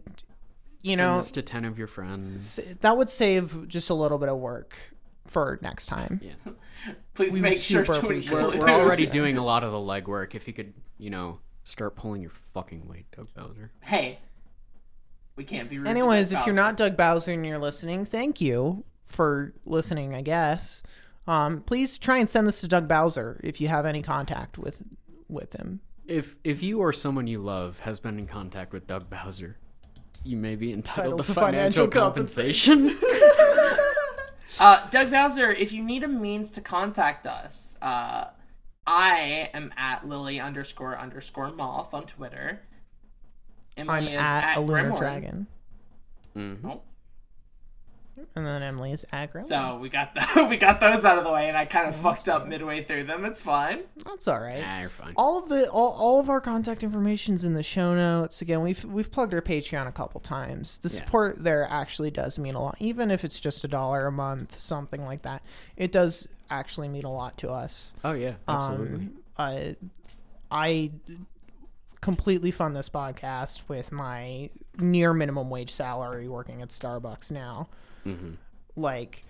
[SPEAKER 1] you
[SPEAKER 2] Send
[SPEAKER 1] know
[SPEAKER 2] this to ten of your friends.
[SPEAKER 1] that would save just a little bit of work for next time.
[SPEAKER 2] Yeah.
[SPEAKER 3] Please
[SPEAKER 1] would
[SPEAKER 3] make sure
[SPEAKER 1] super
[SPEAKER 3] to
[SPEAKER 1] appreciate it.
[SPEAKER 3] include.
[SPEAKER 2] We're already doing a lot of the legwork. If you could, you know, start pulling your fucking weight, Doug Bowser.
[SPEAKER 3] Hey. We can't be rude. to
[SPEAKER 1] Anyways,
[SPEAKER 3] Doug
[SPEAKER 1] if you're
[SPEAKER 3] Bowser.
[SPEAKER 1] not Doug Bowser and you're listening, thank you for listening, I guess. Um, please try and send this to Doug Bowser if you have any contact with with him.
[SPEAKER 2] If if you or someone you love has been in contact with Doug Bowser, you may be
[SPEAKER 1] Entitled
[SPEAKER 2] entitled, to
[SPEAKER 1] to
[SPEAKER 2] financial,
[SPEAKER 1] financial
[SPEAKER 2] compensation.
[SPEAKER 3] Uh, Doug Bowser, if you need a means to contact us, uh, I am at Lily underscore underscore Moth on Twitter.
[SPEAKER 1] I'm
[SPEAKER 3] Emily is
[SPEAKER 1] at, a lunar
[SPEAKER 3] Grimoire.
[SPEAKER 1] dragon,
[SPEAKER 2] Mhm.
[SPEAKER 3] Oh,
[SPEAKER 1] and then Emily is at Grimoire.
[SPEAKER 3] So we got the, we got those out of the way, and I kind of fucked up midway through them. It's fine.
[SPEAKER 1] That's all right.
[SPEAKER 2] Nah, Ah, you're fine.
[SPEAKER 1] all of the all, all of our contact information's in the show notes again we've we've plugged our patreon a couple times the support there actually does mean a lot even if it's just a dollar a month something like that it does actually mean a lot to us
[SPEAKER 2] Oh yeah, absolutely.
[SPEAKER 1] uh, i completely fund this podcast with my near minimum wage salary working at starbucks now like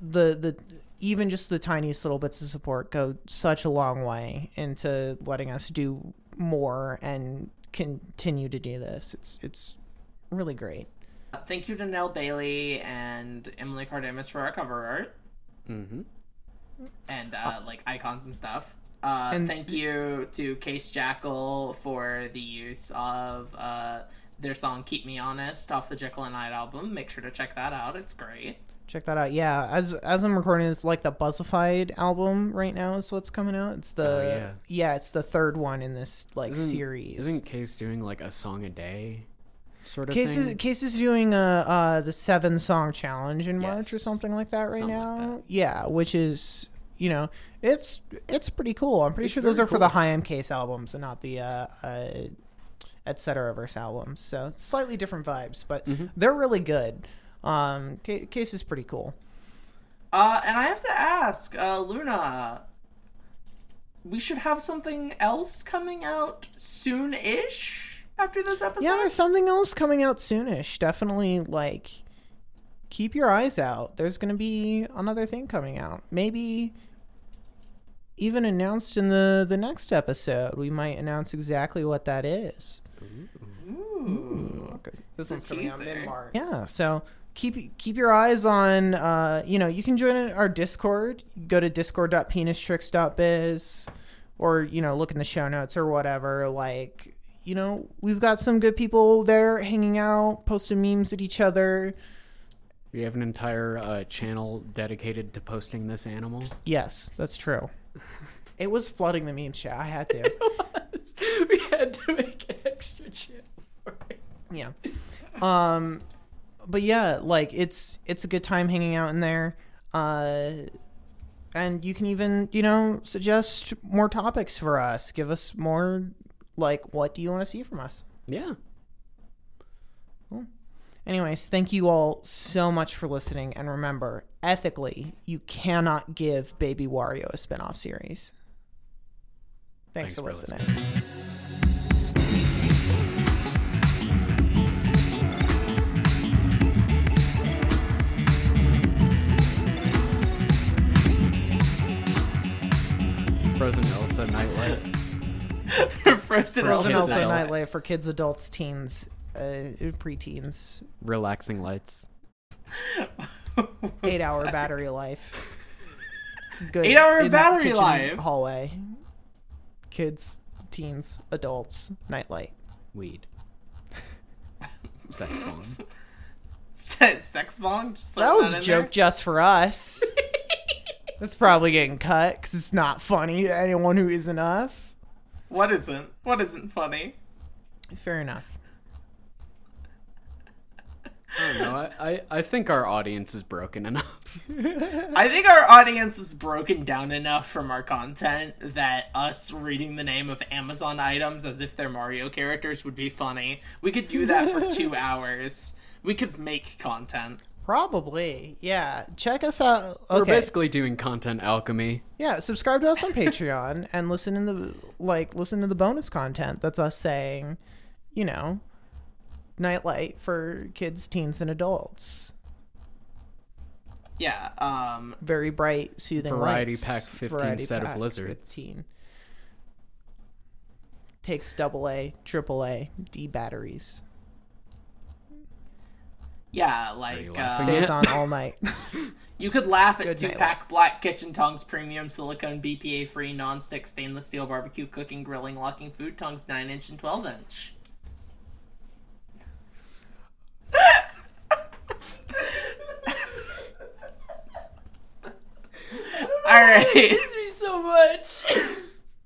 [SPEAKER 1] the the even just the tiniest little bits of support go such a long way into letting us do more and continue to do this. It's it's really great.
[SPEAKER 3] Uh, Thank you to Nell Bailey and Emily Cardamus for our cover art
[SPEAKER 2] hmm
[SPEAKER 3] and Mm-hmm. uh, like icons and stuff. Uh,
[SPEAKER 1] and-
[SPEAKER 3] thank you to Case Jackal for the use of uh, their song "Keep Me Honest" off the Jekyll and Hyde album. Make sure to check that out; it's great.
[SPEAKER 1] Check that out. Yeah, as as I'm recording this, like the Buzzified album right now is what's coming out. It's the
[SPEAKER 2] Oh, yeah.
[SPEAKER 1] yeah. it's the third one in this like series.
[SPEAKER 2] Isn't Case doing like a song a day, sort of
[SPEAKER 1] Case is,
[SPEAKER 2] thing?
[SPEAKER 1] Case is doing uh, uh, the seven song challenge in March or
[SPEAKER 2] Yes.
[SPEAKER 1] something like that right
[SPEAKER 2] Something like
[SPEAKER 1] now. Yeah, which is you know it's it's pretty cool. I'm pretty
[SPEAKER 2] It's
[SPEAKER 1] sure those are
[SPEAKER 2] very
[SPEAKER 1] for the
[SPEAKER 2] cool.
[SPEAKER 1] High M Case albums and not the uh, uh, et cetera of Verse albums. So slightly different vibes, but
[SPEAKER 2] Mm-hmm.
[SPEAKER 1] they're really good. Um, Ca- Case is pretty cool.
[SPEAKER 3] Uh, and I have to ask, uh, Luna, we should have something else coming out soon-ish after this episode.
[SPEAKER 1] Yeah, there's something else coming out soonish. Definitely like keep your eyes out. There's going to be another thing coming out. Maybe even announced in the the next episode. We might announce exactly what that is.
[SPEAKER 3] Ooh.
[SPEAKER 1] This
[SPEAKER 3] one's coming out teaser. mid-March.
[SPEAKER 1] Yeah, so keep keep your eyes on. Uh, you know, you can join our Discord. Go to discord.penistricks.biz, or you know, look in the show notes or whatever. Like, you know, we've got some good people there hanging out, posting memes at each other.
[SPEAKER 2] We have an entire uh, channel dedicated to posting this animal.
[SPEAKER 1] Yes, that's true. It was flooding the meme chat. I had to.
[SPEAKER 2] we had to make an extra channel for it.
[SPEAKER 1] Yeah. Um but yeah, like it's it's a good time hanging out in there. Uh and you can even, you know, suggest more topics for us. Give us more like what do you want to see from us?
[SPEAKER 2] Yeah.
[SPEAKER 1] Anyways, thank you all so much for listening and remember, ethically, you cannot give Baby Wario a spin-off series. Thanks,
[SPEAKER 2] Thanks
[SPEAKER 1] for,
[SPEAKER 2] for
[SPEAKER 1] listening.
[SPEAKER 2] listening. Frozen Elsa Nightlight.
[SPEAKER 3] Frozen
[SPEAKER 1] Girls and
[SPEAKER 2] Kids,
[SPEAKER 1] also
[SPEAKER 2] adults.
[SPEAKER 1] Nightlight for kids, adults, teens, uh, preteens.
[SPEAKER 2] Relaxing lights.
[SPEAKER 1] Eight hour battery life. Good.
[SPEAKER 3] Eight hour
[SPEAKER 1] in-
[SPEAKER 3] battery
[SPEAKER 1] kitchen
[SPEAKER 3] life.
[SPEAKER 1] Hallway. Kids, teens, adults, nightlight.
[SPEAKER 2] Weed. Sex bomb.
[SPEAKER 3] Se- sex bong. Just
[SPEAKER 1] That
[SPEAKER 3] throw
[SPEAKER 1] was
[SPEAKER 3] in
[SPEAKER 1] a joke just for us. That's probably getting cut because it's not funny to anyone who isn't us.
[SPEAKER 3] There. What isn't? What isn't funny?
[SPEAKER 1] Fair enough.
[SPEAKER 2] I don't know. I, I, I think our audience is broken enough.
[SPEAKER 3] I think our audience is broken down enough from our content that us reading the name of Amazon items as if they're Mario characters would be funny. We could do that for two hours. We could make content.
[SPEAKER 1] Probably. Yeah. Check us out.
[SPEAKER 2] We're
[SPEAKER 1] Okay.
[SPEAKER 2] basically doing content alchemy.
[SPEAKER 1] Yeah, subscribe to us on Patreon and listen in the like listen to the bonus content. That's us saying, you know, nightlight for kids, teens, and adults.
[SPEAKER 3] Yeah. Um.
[SPEAKER 1] Very bright, soothing
[SPEAKER 2] Variety
[SPEAKER 1] lights.
[SPEAKER 2] pack 15 set of lizards.
[SPEAKER 1] 15. Takes double A, triple A, D batteries.
[SPEAKER 3] Yeah.
[SPEAKER 2] you laughing?
[SPEAKER 3] Like. Uh,
[SPEAKER 1] Stays
[SPEAKER 2] Yeah.
[SPEAKER 1] on all night.
[SPEAKER 3] You could laugh at
[SPEAKER 1] Good
[SPEAKER 3] two
[SPEAKER 1] night,
[SPEAKER 3] pack black kitchen tongs, premium silicone BPA free non-stick stainless steel barbecue cooking, grilling, locking food tongs, 9 inch and 12 inch. Alright.
[SPEAKER 2] me so much.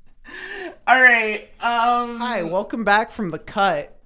[SPEAKER 3] Alright. Um
[SPEAKER 1] Hi, welcome back from the cut.